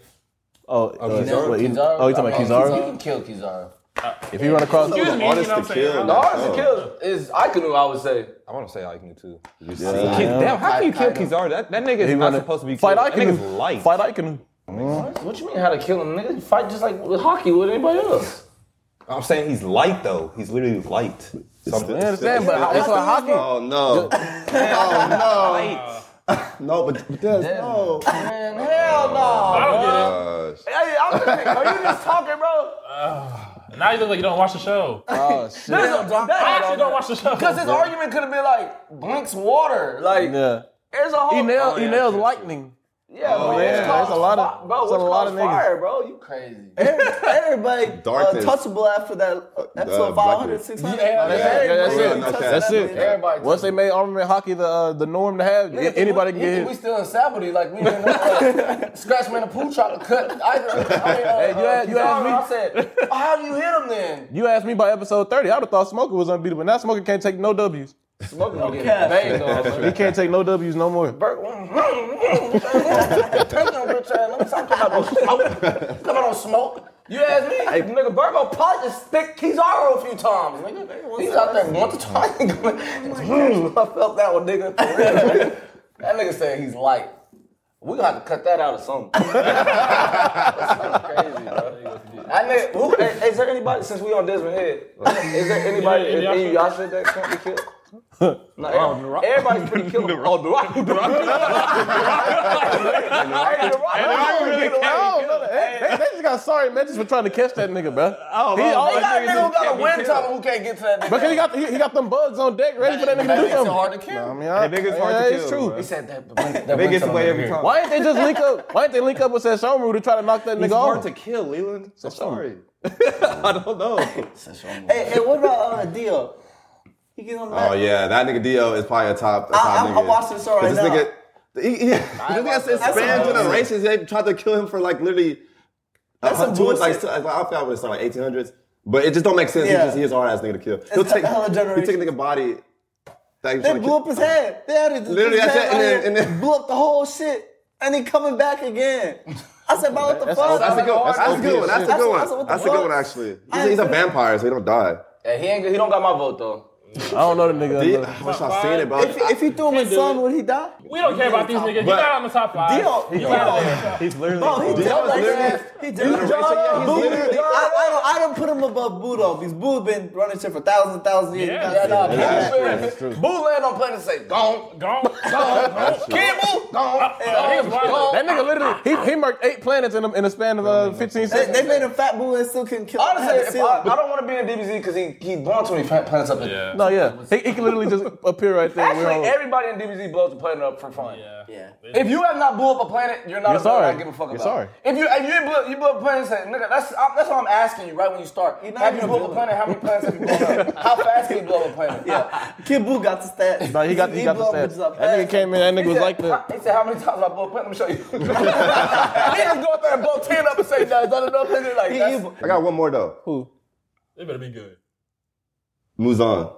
S2: Oh, uh,
S1: Kizaru,
S2: what, you-
S1: Kizaru,
S2: oh, you talking
S1: I
S2: about
S1: mean,
S2: Kizaru?
S1: You can kill Kizaru.
S2: If you run across,
S5: Excuse me, you know
S3: artist
S5: what I'm
S3: to
S5: saying?
S3: kill.
S5: I'm
S1: The
S5: not-
S1: hardest to kill is Aikinu, I would say.
S7: I want to say Aikinu too.
S3: Yeah.
S7: Kiz- Damn, how can you kill
S1: I- I know.
S7: Kizaru? That, that nigga is
S2: He
S7: not
S2: wanna-
S7: supposed to be
S2: fight
S7: killed. That nigga's
S2: Aikinu.
S7: light.
S2: fight Aikinu.
S1: What you mean how to kill him? Niggas fight just like with hockey with anybody else.
S7: I'm saying he's light though. He's literally light. Something.
S2: I understand, but that's what hockey.
S3: Oh <laughs> no. Oh,
S7: Light.
S3: <laughs>
S8: no, but, but that's no.
S1: Man, hell no.
S5: I don't get it.
S3: Gosh.
S1: Hey, I'm just, are you just talking, bro?
S5: Now you look like you don't watch the <laughs> show. I
S2: Oh shit!
S1: There's a,
S5: actually don't watch the show.
S1: Because his argument could have been like Blink's water, like oh,
S2: Yeah,
S1: there's a whole
S2: he nailed, he nails lightning.
S1: Oh, Yeah, bro,
S2: yeah,
S1: it's called
S2: there's a lot of-
S1: fi- bro,
S2: there's
S1: what's
S2: a lot of
S1: called
S2: niggas.
S1: fire, bro. You crazy?
S6: Everybody uh,
S3: Darkness.
S6: touchable after that uh, episode
S3: Blackbeard.
S6: 500, 600.
S1: Yeah,
S2: Yeah, yeah, that's
S3: Yeah,
S2: it.
S3: no cap.
S2: That's it.
S1: Everybody.
S2: Once they made armament hockey the uh, the norm to have,
S1: Nigga,
S2: anybody
S1: we,
S2: can get
S1: We
S2: hit.
S1: still in Sabody, like we didn't know, like, <laughs> scratch man and poo trying to cut. I, I mean, uh,
S2: Hey, you
S1: uh,
S2: asked- you
S1: Kizaru,
S2: asked
S1: I said, oh, how do you hit him then?
S2: You asked me by episode thirty, I'd have thought Smoker was unbeatable. Now Smoker can't take no W's.
S1: Smoking okay.
S6: cap.
S1: getting banged on.
S2: He can't take no W's no
S1: <laughs>
S2: more.
S1: Bert, mm, mm, mm, mm. Take them, bitch ass niggas. I'm talking about smoke. Come on, smoke. You ask me, nigga, Burgo probably just stick Kizaru a few times, nigga. He's out there once or twice. <laughs> Mm, I felt that one, nigga. For real, nigga. That nigga said he's light. We gonna have to cut that out of something. <laughs> That's crazy, bro. That nigga, who, is, is there anybody, since we on Desmond Head, is there anybody
S5: Yeah,
S1: in
S5: yeah,
S1: Yasha that can't be killed? No, every- everybody's pretty killer. Oh, The Rock. The <laughs> Rock. Hey, The Rock.
S2: I don't know that. They, they- they just got sorry mentions for trying to catch that nigga, bro.
S7: Oh,
S2: He
S1: They
S2: always
S1: got a nigga who got a wind
S7: top.
S1: tunnel who can't get to that nigga.
S2: because he got he, he got them bugs on deck ready for that nigga to do
S1: Makes it
S2: something.
S1: hard to kill.
S2: I mean, I-
S7: That nigga's hard to
S2: yeah, it's
S7: kill,
S2: true.
S7: bro.
S1: He said that. that- that
S7: They
S1: wind
S7: get away
S1: tunnel.
S7: every time.
S2: Why didn't they just link up? Why didn't they link up with Sashomaru to try to knock that nigga
S7: It's
S2: off?
S7: hard to kill, Leland. I'm sorry.
S2: something.
S7: I don't know.
S6: Hey, hey, what about uh, Dio? He get on that.
S3: Oh yeah, that nigga Dio is probably a top. A
S6: I-
S3: top
S6: I'm-
S3: nigga.
S6: I'm watching this show
S3: 'Cause
S6: right
S3: this Nigga, he, <laughs> he, this nigga said span
S6: That's some bullshit.
S3: generations. They tried to kill him for like literally.
S6: That's some
S3: two- Like,
S6: bullshit.
S3: I forgot what it started, like 1800s. But it just don't make sense.
S6: Yeah.
S3: He just he is a hard ass nigga to kill. He'll
S6: a
S3: take
S6: hell of
S3: he
S6: a
S3: take a
S6: generation.
S3: nigga body. That he
S6: They
S3: tryna
S6: blew
S3: kill.
S6: up his head. They had it.
S3: Literally, I said- and then- and then-
S6: blew up the whole shit, and he coming back again. I said, "Man, what the fuck?"
S3: That's a good one. That's,
S6: That's
S3: a good one. That's a good
S6: that's-
S3: one.
S6: that's
S3: That's a
S6: what the
S3: good one
S6: fuck?
S3: actually. He's, he's a vampire, so he don't die.
S1: Hey, He ain't. He don't got my vote though.
S2: I don't know the nigga.
S3: I
S2: I know.
S3: wish I seen it, bro.
S6: If, if you threw him in
S5: do
S6: sun,
S5: it.
S6: would he die?
S5: We don't care about these niggas. He's not on the top five.
S6: Dio,
S5: He's
S6: Dio,
S5: out of there.
S7: He's literally.
S6: bro, he
S3: Dio
S6: did
S3: is
S6: like
S3: literally-
S6: that. He did. I, I don't, I don't put him above Boo though, because Boo been running shit for thousands and thousands of years.
S5: Yeah.
S6: He got-
S1: Boo land on planet safe. Gone.
S5: Gone, gone, gone.
S1: Kid Boo. Gone.
S5: He was wild.
S2: That nigga literally he he marked eight planets in a, in a span of uh, 15
S6: They,
S2: seconds.
S6: they made him fat Boo and still couldn't kill him.
S1: Honestly,
S6: Had to
S1: if
S6: seal
S1: I,
S6: him.
S1: I don't want to be in DBZ because he he blown too many pla- planets up. in-
S5: Yeah.
S2: No, yeah, he, he can literally
S3: <laughs>
S2: just appear right there. We're
S1: Actually,
S2: all-
S1: everybody in DBZ blows the planet up for fun.
S5: Yeah.
S1: If you have not blew up a planet, you're not
S2: You're
S1: a sorry. I
S2: sorry.
S1: give a fuck
S2: You're
S1: about.
S2: sorry.
S1: If you if you ain't blew, you blew up a planet, say, nigga, that's I'm, that's what I'm asking you right when you start.
S6: You're not
S1: have you
S6: even
S1: blew up a
S6: blowing.
S1: planet? How many planets have you blown up? How fast can you blow up a planet?
S6: Yeah. Kid Boo got the stats.
S2: No, he got he got the
S6: blew up bitches
S2: stats.
S6: up
S2: That nigga
S6: fast.
S2: came in. That nigga was like that.
S1: He said, how many times I blew up a planet? Let me show you. <laughs> Niggas go up there and blow ten up and say, no, no, no, nigga, like
S6: He-
S1: that's,
S6: he-
S3: I got one more though.
S5: They better be good.
S3: Muzan.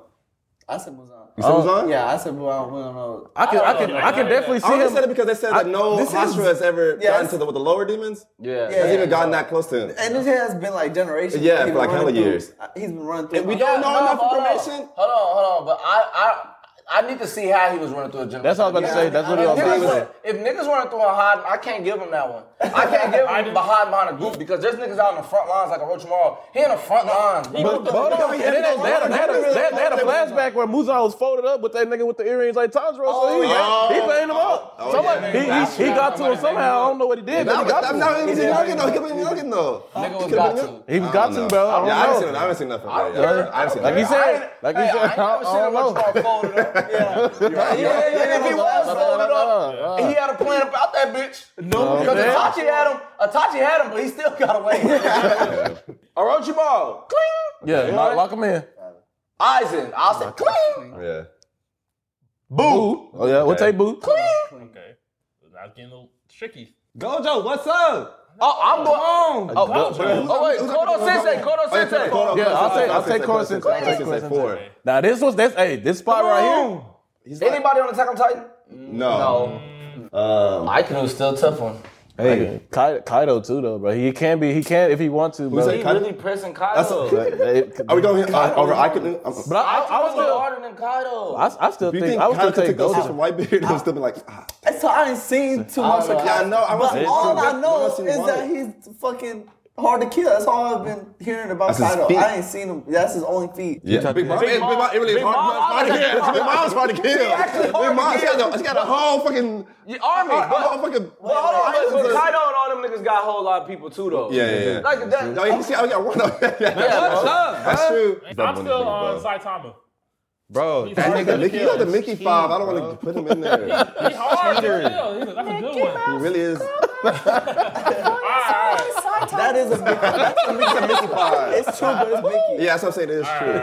S6: I said Muzan.
S3: You said Muzan?
S6: Yeah, I said Muzan. We don't know.
S2: I can I can I can definitely
S3: I
S2: see
S3: only said it
S2: him.
S3: because they said that no
S6: this is-
S3: Hashira has ever gotten
S6: Yeah, that's-
S3: to the, with the lower demons.
S1: yeah.
S6: Yeah.
S3: Hasn't even gotten that close to him.
S6: And this has been like generations.
S3: Yeah,
S6: He's
S3: for like
S6: been running
S3: hella
S6: through-
S3: years.
S6: uh, He's been running through.
S3: And we don't know
S1: No,
S3: enough
S1: hold on.
S3: information.
S1: Hold on, hold on. But I, I, I need to see how he was running through a generation.
S2: That's what I was about to say. That's literally
S1: If
S2: what I was
S1: niggas,
S2: about to
S1: run,
S2: say.
S1: if niggas running through a hide, I can't give him that one. I can't
S2: <laughs>
S1: give him behind behind a group because there's niggas out in the front lines like a Roach Tomorrow. He in the front lines. bro.
S2: But hold on, and then they, they, had a, they, had a, they, had- they had a flashback where Muzan was folded up with that nigga with the earrings like Tanjiro, so he,
S3: Oh.
S2: he banged him up.
S3: Oh,
S2: Somebody,
S3: yeah.
S2: he, he, he got to him somehow. I don't know what he did, but
S3: Now,
S2: he got
S3: now,
S2: to
S3: now,
S2: him.
S3: he was Youngin though. He could've been Youngin though.
S1: Nigga was
S3: He could've
S1: got
S3: been
S1: to.
S2: He was got
S3: I
S2: to,
S3: don't
S2: bro.
S3: know. Yeah, I
S2: I
S3: haven't
S2: don't
S3: seen it. I
S2: know.
S3: haven't seen nothing.
S1: I-
S3: yet. I haven't seen
S2: Like he
S3: nothing.
S2: said, like he
S1: Hey,
S2: said,
S1: I ain't
S2: I
S1: never seen a
S2: don't
S1: Roach
S2: know.
S1: Tomorrow folded
S2: <laughs>
S1: up. Yeah, yeah, yeah. If he was folded up, and he had a plan about that bitch. Uh, No, because
S2: man.
S1: Itachi had him. Itachi had him, but he still got away. Orochimaru, cling.
S2: Yeah, lock, lock him in.
S1: <laughs> Aizen, I said cling.
S3: Yeah.
S2: Boo. Oh yeah, what's
S3: Okay.
S2: a boo?
S5: Okay. Now it's getting a little tricky.
S7: Gojo, what's up?
S1: Oh, I'm going.
S2: Oh,
S1: Oh wait, Kodo Sensei, Kodo
S3: Oh,
S1: Sensei.
S3: Hold
S2: Yeah, I'll
S3: on, hold on, hold on,
S2: take- I'll
S3: hold on,
S2: take Corson.
S3: hold on, hold on,
S2: I'll take
S3: hold
S2: Corson.
S3: on, hold on, four.
S2: Now this was this. Hey, this spot right here.
S3: He's like-
S1: Anybody on Attack on Titan?
S3: No. Um,
S1: I can still a tough one.
S2: Hey, Kai- Kaido too though, bro. He can be. He can if he wants to. Bro.
S3: said
S1: He
S3: Kaido?
S1: really pressing Kaido.
S3: that's
S6: Oh.
S3: a, are we going here? Uh, over Icon?
S2: But I, I,
S1: I,
S2: I was still.
S1: harder than Kaido.
S2: I, I still
S3: Do you
S2: think,
S3: think
S2: I would still
S3: Kyle could
S2: take
S3: take those
S2: Gojo.
S3: from Whitebeard? I'll still be like, ah.
S6: So I ain't seen too much of
S1: don't know.
S3: Yeah, I
S6: Kyle.
S3: know. I
S6: But
S3: wasn't-
S6: all I know
S3: wasn't
S6: is
S3: one.
S6: that he's fucking hard to kill. That's all I've been hearing about
S3: That's his
S6: Kaido.
S3: feet.
S6: I ain't seen him. That's his only feat.
S3: Yeah. Big Mom, Big Mom, it really is hard.
S1: Mom,
S3: hard to
S1: I-
S3: kill. Big Mom's hard to kill.
S1: actually
S3: Big
S1: hard to
S3: Mom, she
S1: kill.
S3: got a- she got a whole fucking.
S1: The army.
S3: a
S1: but-
S3: whole fucking.
S1: but hold on, but, but Kaido and all them niggas got a whole lot of people too, though.
S3: Yeah, yeah, yeah.
S1: Like that.
S3: No, you see, I got one. of- <laughs> Yeah, That's true.
S5: I'm still uh, on Saitama.
S7: Bro,
S5: He's hard
S3: Nigga,
S5: to
S3: Mickey, you got
S5: kill.
S3: the Mickey five. I don't want to put him in there.
S5: He's hard to kill. He's a- That's a good one.
S3: He
S5: <laughs>
S3: really is.
S6: That is a big
S3: He's a Mickey <laughs> five.
S6: It's true, but it's Mickey.
S3: Yeah, that's what I'm saying. It is true.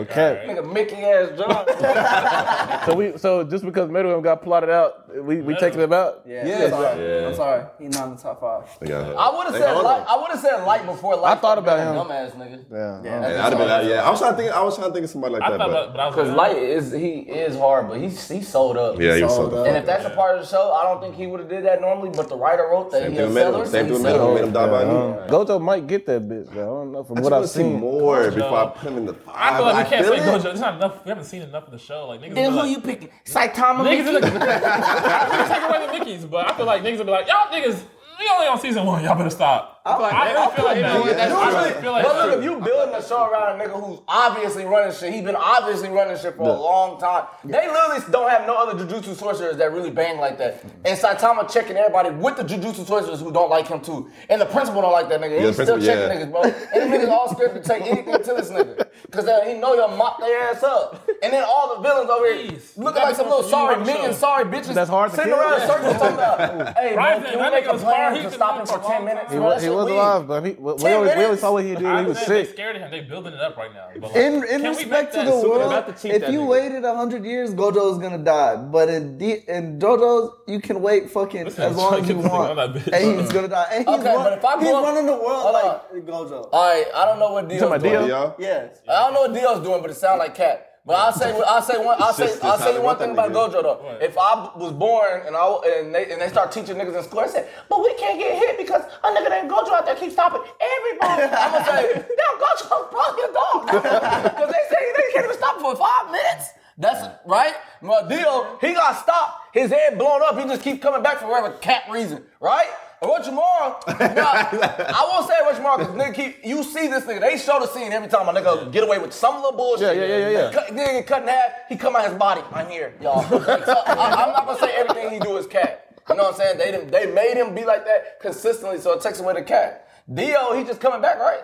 S2: No cap.
S1: Nigga, Mickey ass John.
S2: So we so just because Meadowham got plotted out, we, we taking him out.
S6: Yeah, I'm sorry. I'm sorry. He's not in the top five.
S3: Yeah.
S1: <laughs> I would have said light. I would have said light before light.
S2: I thought about
S1: That
S2: him.
S1: Dumbass nigga.
S2: Yeah.
S3: Yeah, I'd have been out. Yeah, I was trying to think. I was trying to think of somebody like
S5: I
S3: that,
S5: thought
S3: but
S5: about, but I was
S1: Because
S5: like,
S1: light is he is hard, but he's he's sold up.
S3: yeah, you so.
S1: And if that's a part of the show, I don't think he would have did that normally. But the writer wrote that
S3: Same
S1: he a
S3: thing with Meadow.
S1: seller.
S3: Same
S1: so
S3: thing
S1: he
S3: with Meadow.
S1: sold
S3: Made
S1: it.
S3: him die by
S2: Um,
S3: knee.
S2: Gojo might get that bitch, bro. I don't know from what
S3: I just wanna
S2: I've
S3: see
S2: seen.
S3: more before I put him in the
S5: I feel like we can't
S3: feel
S5: say
S3: it.
S5: Gojo. There's not enough. We haven't seen enough of the show. Like niggas.
S1: Then
S5: be
S1: who
S5: like,
S1: you picking? Saitama.
S5: Niggas
S1: Mickey?
S5: are like, <laughs> I can take away the Mickeys, but I feel like niggas will be like, y'all niggas, we only on season one. Y'all better stop. I really feel like that.
S1: Yeah, that's
S5: I really
S1: true.
S5: feel like
S1: But
S5: that's
S1: look, if
S5: true.
S1: you building a show around a nigga who's obviously running shit, he's been obviously running shit for a long time. They literally don't have no other jujitsu sorcerers that really bang like that. And Saitama checking everybody with the jujitsu sorcerers who don't like him too. And the principal don't like that nigga.
S3: the
S1: he's still
S3: principal,
S1: checking
S3: yeah.
S1: niggas, bro. And the niggas all scared to take anything to this nigga. Cause uh, he know you'll mop their ass up. And then all the villains over here
S5: Please.
S1: looking like some little
S5: You
S1: sorry
S5: run the
S1: men,
S5: show.
S1: sorry bitches.
S2: That's hard to
S1: Sitting
S2: kill.
S1: around
S2: Yeah.
S1: in circles talking about, hey, bro,
S5: Right,
S1: can
S5: that
S1: we make
S5: nigga
S1: a
S5: was
S1: plan
S5: far- he
S1: to
S5: was
S1: stop him
S5: alive
S1: for
S5: for a
S1: 10
S5: long
S1: minutes?
S5: time.
S1: bro? That
S2: He
S1: shit
S2: was
S1: weak.
S2: alive, but he,
S1: Ten
S2: we, we always, we always
S1: minutes?
S2: saw what he did.
S5: I
S2: He was
S5: understand They
S2: sick.
S5: scared of him. They building it up right now. But like,
S6: In, in
S5: can we make
S6: respect to
S5: that
S6: the
S5: super-
S7: about to
S6: world,
S7: cheat
S6: if
S7: that
S6: you
S5: <laughs>
S7: nigga.
S6: waited hundred years, Gojo's gonna die. But in, D- in JoJo's, you can wait fucking
S5: Listen,
S6: as long
S5: I'm
S6: as you
S5: trying to get
S6: want,
S5: this nigga on that bitch.
S6: and he's gonna die. And he's,
S1: Okay,
S6: run-
S1: but if I
S6: he's
S1: go up-
S6: running the
S1: Hold
S6: world
S1: on.
S6: like Gojo.
S1: All right, I don't know what deal.
S2: talking about Dio?
S3: Yo,
S6: Yeah,
S1: I don't know what Dio's doing, but it sounds like cat. But I'll
S3: <laughs>
S1: say, I'll say one, I'll say,
S3: Just- just
S1: I'll
S3: how
S1: say
S3: they
S1: one
S3: want
S1: thing
S3: that
S1: about
S3: nigga.
S1: Gojo though. If I was born and I and they and they start teaching niggas in school, I said, but we can't get hit because a nigga named Gojo out there keeps stopping everybody.
S3: <laughs>
S1: I'm gonna say, damn, Gojo's probably a dog because they say they can't even stop for five minutes. That's right. Well, Dio, he got stopped, his head blown up. He just keep coming back for whatever cat reason, right? And Roach
S2: <laughs>
S1: Mara, nah, I won't say Roach Mara because nigga keep you see this nigga. They show the scene every time a nigga get away with some little bullshit.
S2: Yeah, yeah, yeah, yeah, yeah.
S1: Cut, nigga get cut in half, he come out his body. I'm here,
S2: <laughs>
S1: y'all. so, I, am not gonna say everything he do is cat. You know what I'm saying? They done- they made him be like that consistently, so it takes away the cat. Dio, he just coming back, right?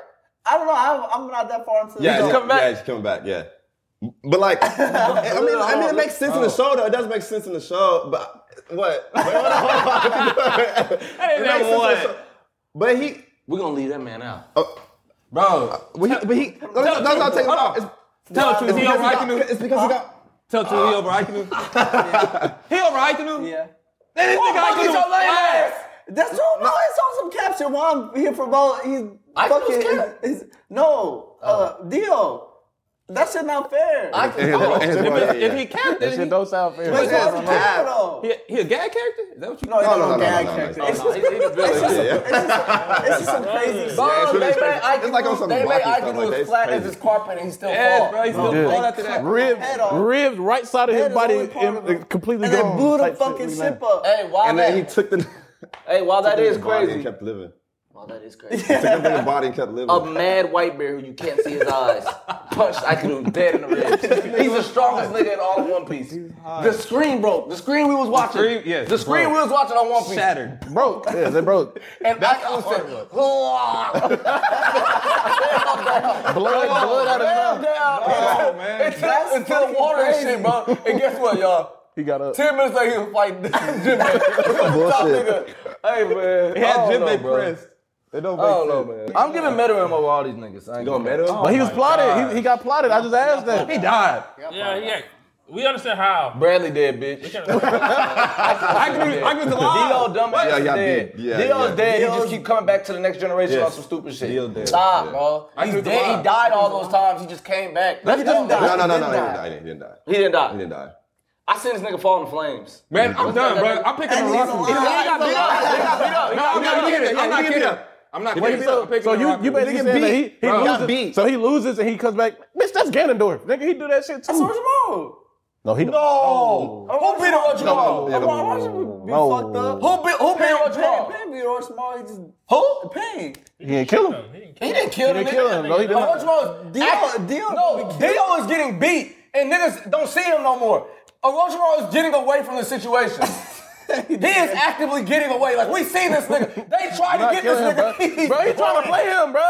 S6: I don't know. I'm, I'm not that far into
S3: Yeah,
S6: the
S3: yeah,
S1: coming back.
S3: Yeah, he's coming back. Yeah. But
S1: <laughs>
S3: like, I mean, I mean, it makes sense in the
S1: Oh.
S3: show though. It does make sense in the show, but what? <laughs> Wait, hold on, hold
S1: <laughs>
S3: on. It makes sense in the
S5: what?
S3: show. But he,
S1: We're gonna leave that man out.
S3: Oh. bro. But he, but he. That's that's what I'm taking off. It's
S7: Tell the truth. He over
S3: because he got-
S7: Aikenu.
S3: it's because he got.
S7: Tell the truth. He
S2: <laughs>
S7: over Aikenu. He over Aikenu.
S6: Yeah.
S7: They didn't think
S6: Fuck is your lame
S7: Aikenu.
S6: ass. That's true. No, it's on some capture. While I'm here for ball, he's
S1: I can
S6: fucking.
S1: lose cap.
S6: he's- no,
S7: Oh.
S6: uh, Dio. That shit not fair.
S1: I
S3: And-
S1: can,
S3: and-
S7: If,
S3: and-
S7: it- if he
S2: That
S7: capped, then
S2: shit
S7: he, <laughs>
S2: don't sound fair.
S6: But
S3: Wait,
S6: it's
S3: wait,
S6: on
S3: wait.
S6: cap, though.
S7: he, he a gag character? Is that what you?
S6: No,
S3: No,
S6: no,
S3: no,
S6: no,
S3: no, no,
S6: gag
S3: no, no,
S6: character.
S3: no.
S6: It's just- it's just some- it's just some- it's just some crazy shit.
S1: Bro,
S3: it's really
S1: they
S3: crazy.
S1: made Ike
S3: It's like on
S1: do-
S3: some
S1: they made
S3: blocky
S1: Ike
S3: stuff
S1: do
S3: like that.
S1: as
S3: It's
S1: flat as
S3: crazy.
S1: his carpet and he still
S7: Yes,
S1: fall.
S7: bro. He's still
S1: Bro.
S7: falling after that.
S2: Ribs,
S6: Head off.
S2: ribs, right side of his
S6: Head is
S2: body
S6: only part of
S2: in-
S6: him.
S2: completely
S6: And they
S2: gone.
S6: blew the
S2: Type shit
S6: fucking
S2: we
S6: ship
S2: learned.
S6: up.
S1: Hey, why
S3: And
S1: that?
S3: then he took the.
S1: hey, while that is
S3: body and
S1: crazy.
S3: kept living.
S1: Wow, that is crazy.
S3: Took him in the body and kept
S1: <laughs>
S3: living.
S1: A mad white bear who you can't see his eyes punched Aikinu dead in the ribs. He's the strongest nigga in all of One Piece. The screen broke. The screen we was watching.
S7: screen- yes,
S1: the screen
S7: broke.
S1: we was watching on One Piece.
S7: Shattered.
S2: Broke. Yeah, they broke.
S1: And Aikinu said, "Whoa."
S2: Blood, blood out of his mouth.
S1: Calm down. Until, until water and shit, bro. And guess what, y'all?
S2: He got up.
S1: Ten minutes later, he was fighting <laughs> Jim Bay. Top nigga. Hey man,
S7: He had Jim Bay
S1: bro.
S7: pressed. It don't
S1: I
S7: make
S1: don't
S7: sense.
S1: know, man. I'm giving Metarim over all these niggas. I ain't
S3: Going
S1: gonna-
S3: meta.
S2: But he was plotted. He, he got plotted. I just asked that.
S7: He died.
S5: Yeah, yeah. We understand how.
S1: Bradley dead, bitch.
S7: I can, I can
S1: Dio dumb
S3: Yeah,
S1: ass
S3: yeah,
S1: dead.
S3: yeah,
S1: Dio's
S3: yeah.
S1: dead. He just keep coming back to the next generation
S3: Yes.
S1: on some stupid shit.
S3: Dio dead,
S1: Stop,
S3: yeah.
S1: bro.
S7: I
S1: He's
S7: knew
S1: dead.
S7: Kamala.
S1: He died all those times. He just came back.
S6: He didn't
S3: No,
S6: die.
S3: no, no,
S6: He
S3: no.
S6: didn't
S3: He didn't
S6: die.
S3: die.
S1: He
S3: He didn't die.
S1: didn't die.
S3: He didn't die.
S1: I seen this nigga fall in flames.
S7: Man, I'm done, bro. I'm picking the
S6: he's
S7: Rockets.
S1: He
S6: alive.
S1: got beat up. He got beat up. He got
S7: I'm
S1: beat up.
S7: not kidding. I'm not
S3: He get
S7: kidding.
S3: up.
S7: I'm not
S3: get
S7: kidding.
S3: up.
S7: I'm picking
S2: So
S7: the
S2: you you
S7: Rockets.
S2: basically saying that he, he
S7: Bro, got
S2: loses. So he loses and he comes back. Bitch, that's Ganondorf. Nigga, he do that shit too. No, he don't.
S1: Oh, who beat him? What you call?
S3: Yeah,
S6: Why
S3: the-
S6: why should we be
S2: No.
S6: fucked up?
S1: Who beat? Who beat what you
S6: Pain,
S1: call?
S6: pain be Roach Mall. He just
S1: Who?
S6: pain.
S2: He ain't kill him.
S5: He didn't
S1: He didn't kill
S2: didn't
S1: the nigga.
S2: kill him, no, he didn't.
S1: But what's wrong?
S6: Dio-
S1: Act-
S6: Dio-
S1: no, Dio is getting beat, and niggas don't see him no more. Orochimaro is getting away from the
S2: <laughs>
S1: situation. he is actively getting away. Like we seen this nigga. They tried to
S2: Not
S1: get
S2: kill
S1: this
S2: him, bro.
S1: nigga. <laughs>
S2: Bro, he trying to play him, bro.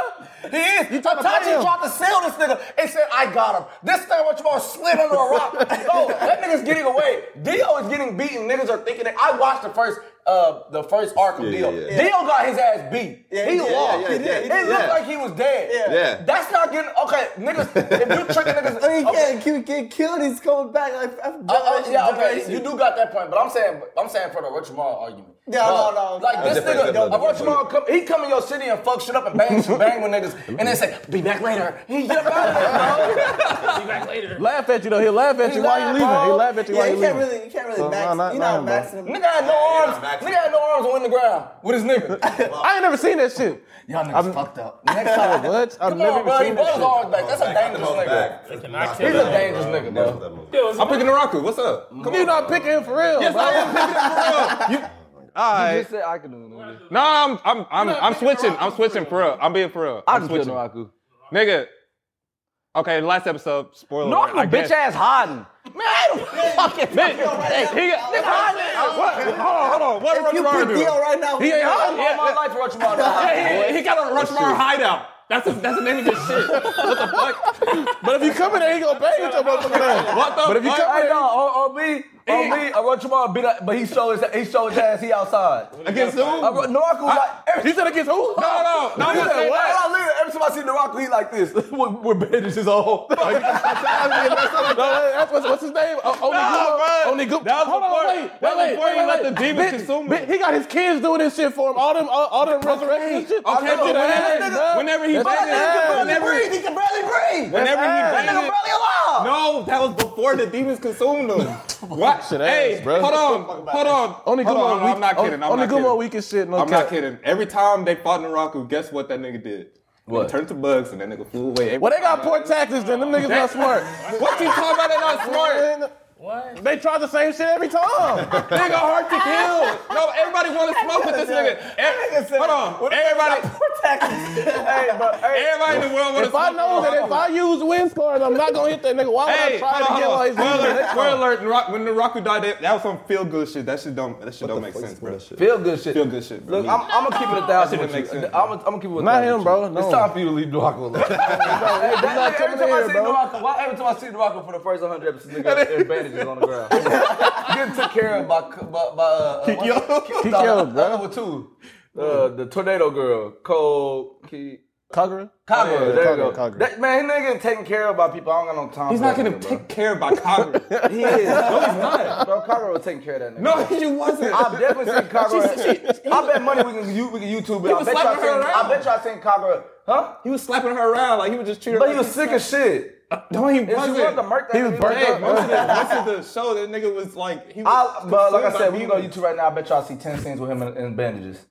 S1: He is.
S2: You
S1: You
S2: trying to play him.
S1: tried to sell this nigga and said, I got him. This thing what you slid under a rock. No, that nigga's getting away. Dio is getting beaten. Niggas are thinking that I watched the first uh the first arc of
S3: Yeah,
S1: Dio.
S3: yeah, yeah.
S1: Dio got his ass beat.
S6: Yeah,
S1: he
S6: yeah,
S1: lost.
S3: yeah, yeah, He did, he
S1: It
S3: did,
S1: looked
S3: yeah.
S1: like he was dead.
S3: Yeah.
S1: That's not getting okay, niggas, if you tricking
S3: <laughs>
S1: niggas.
S6: I mean, he
S1: okay.
S6: can't he get killed. He's coming back like after
S1: Uh, uh,
S6: generation,
S1: yeah, okay,
S6: generation.
S1: you do got that point, but I'm saying, I'm saying for the Rich Mall argument.
S6: Yeah,
S1: Bro,
S6: no, no,
S1: Like
S6: no.
S1: this
S3: Different,
S1: nigga,
S3: different,
S1: a Rich
S3: different.
S1: Mall come, he come in your city and fuck shit up and bang, <laughs> bang with niggas, and they say, "Be back later." He
S6: <laughs>
S1: get up out of there, bro.
S5: I'll be back later.
S2: Laugh at you though. He'll laugh at
S1: He
S2: you while you
S1: laugh,
S2: leaving. He
S1: bro.
S2: laugh at you
S6: Yeah,
S2: while you
S6: you can't
S2: leaving.
S6: really, you can't really
S2: So,
S6: max.
S2: no, not
S6: you're not
S2: mine, bro.
S6: maxing. him.
S1: Nigga had no arms. Nigga had no arms and went in the ground with his nigga.
S2: <laughs> I ain't never seen that shit.
S1: Y'all niggas
S2: I'm-
S1: fucked up. Next time,
S2: What? I've
S1: Come on,
S2: never even
S1: bro. He
S2: seen that
S1: brought his
S2: shit.
S1: arms back. That's a dangerous nigga.
S3: Back.
S5: cannot
S3: Knock
S5: kill
S3: him
S5: that
S1: He's
S3: out,
S1: a dangerous
S3: bro.
S1: nigga,
S3: Never
S1: bro.
S3: that move.
S7: I'm picking the Rockets. What's up?
S2: You not picking him for real, bro.
S7: <laughs> Yes, I am picking him for real. All
S1: You
S7: right.
S1: just said I can do it.
S7: No, I'm I'm I'm, I'm switching. I'm switching for real. I'm being for real.
S1: I
S7: I'm
S1: just killed
S7: switching.
S1: Naraku.
S7: Nigga. Okay, last episode, spoiler. alert, I
S1: Naraku,
S7: guess.
S1: bitch ass hiding. Man, I don't fucking
S7: Bitch,
S1: fucking-
S7: he, he,
S1: Nigga hiding.
S7: what? Hold on, hold on. What
S6: If you
S7: did Rush
S6: put
S7: do?
S6: Theo right now,
S7: He ain't
S1: I'm
S7: hiding.
S1: on my life,
S2: <laughs>
S1: Rushmore.
S7: He, he got a Rushmore hideout. That's the, that's the name of this shit. What the fuck?
S2: But if you come in there, he gonna bang with your motherfucking ass.
S7: What the
S2: But if you
S7: fuck?
S2: come in
S1: Hey,
S2: there,
S1: no,
S2: Oh,
S1: on, on me, on me, I run tomorrow, beat up, but he showed his, he showed his ass, he outside.
S7: Against who?
S1: I run, Naraku, like, every,
S2: he said against who?
S7: No, no,
S1: he
S7: no, I'm not
S1: said,
S7: saying
S1: what?
S7: that.
S1: I literally, every time I see Naraku, he like this, with, with bandages on.
S2: No, that's what's, what's his name? Uh, Only
S7: Nah,
S2: Gupta.
S7: bruh.
S2: Only Gupta.
S7: That was
S2: Hold on,
S7: before-
S2: wait,
S7: that was
S2: wait,
S7: before
S2: wait,
S7: you
S2: wait,
S7: let
S2: wait.
S7: the demon
S2: Bitch,
S7: consume
S2: bitch,
S7: him.
S2: He got his kids doing this shit for him. All them, all, all them resurrection shit.
S7: Okay,
S2: That shit
S7: but
S2: ass,
S7: whenever-
S2: bruh.
S7: whenever he
S2: That's
S7: banged
S2: ass.
S1: He
S7: his-
S1: can barely
S7: Whenever-
S1: breathe, he can barely breathe.
S7: Whenever he
S2: ass.
S1: That
S7: banged
S1: nigga
S7: it-
S1: barely alive.
S7: No, that was before the demons consumed him. What?
S2: Shit
S7: hey,
S2: ass, bruh.
S7: hold on, hold on.
S2: Only
S7: hold
S2: Guma
S7: on,
S2: weak.
S7: I'm not kidding. I'm
S2: only
S7: not kidding.
S2: Guma weak as shit. No
S7: I'm
S2: cap.
S7: not kidding. Every time they fought Naraku, guess what that nigga did?
S1: What?
S7: He turned to bugs and that nigga flew away.
S2: Well, they got poor taxes. Then them niggas not smart.
S7: What you talking about? They not smart.
S2: Man,
S5: What?
S2: They try the same shit every time.
S7: nigga hard to kill. No, everybody want to smoke with this nigga. Ev- Hold on, everybody,
S1: Hey, bro, hey.
S7: everybody in the world want to
S2: If I
S7: smoke.
S2: know that if I use win scores, I'm not gonna hit that nigga. Why would
S7: Hey,
S2: I try to
S7: hold
S2: get all
S7: on,
S2: his
S7: hold on.
S2: wins?
S7: Spoiler alert! Spoiler alert! When Naraku died, that, that was some feel good shit. That shit don't. That shit don't make sense, bro.
S1: <laughs> Feel good shit.
S7: Feel good shit, bro.
S1: Look, I'm, I'm gonna keep it a thousand
S7: That
S1: with
S7: shit
S1: you.
S7: didn't make sense.
S1: I'm, gonna- I'm gonna keep it a
S2: Not
S1: thousand
S2: him,
S1: with
S2: bro.
S1: you.
S2: No
S1: It's
S2: one.
S1: time for you to leave Nuraku <laughs> alone. That
S2: not
S1: nigga, every
S2: coming
S1: time I
S2: here,
S1: see
S2: bro.
S1: Nuraku, why every time I see Nuraku for the first 100 episodes, nigga, there's bandages on the ground. Getting took care of by by, by uh,
S7: Kikyo.
S2: Kikyo, bro.
S1: Number two, uh, the tornado girl, Cole Ki.
S2: Kagura.
S1: Kagura,
S2: yeah,
S1: there you
S2: Kagura,
S1: go.
S2: Kagura.
S1: That, man, he nigga getting taken care of by people. I don't got no time.
S7: He's
S1: for
S7: not
S1: that
S7: getting
S1: nigga, bro.
S7: taken care of by <laughs> Kagura.
S1: He is. no, he's not. Bro, Kagura was taking care of that nigga.
S7: no, he wasn't.
S1: I've definitely <laughs> seen Kagura. I bet money we can you, we can YouTube it. I
S7: was
S1: bet y'all
S7: slapping her
S1: seen. I
S7: around.
S1: bet y'all seen Kagura, huh?
S7: He was slapping her around like he was just treating her.
S1: But he was sick as shit.
S7: No, he
S1: If she wanted to
S7: wasn't.
S1: murk that
S2: He was
S1: nigga,
S2: burnt
S1: like,
S7: Hey,
S2: up,
S7: most of, the, most of the show, that nigga was like, he was.
S1: I, but like I
S7: consumed
S1: said,
S7: by
S1: we can go
S7: demons.
S1: YouTube right now. I bet y'all see ten scenes with him in, in bandages.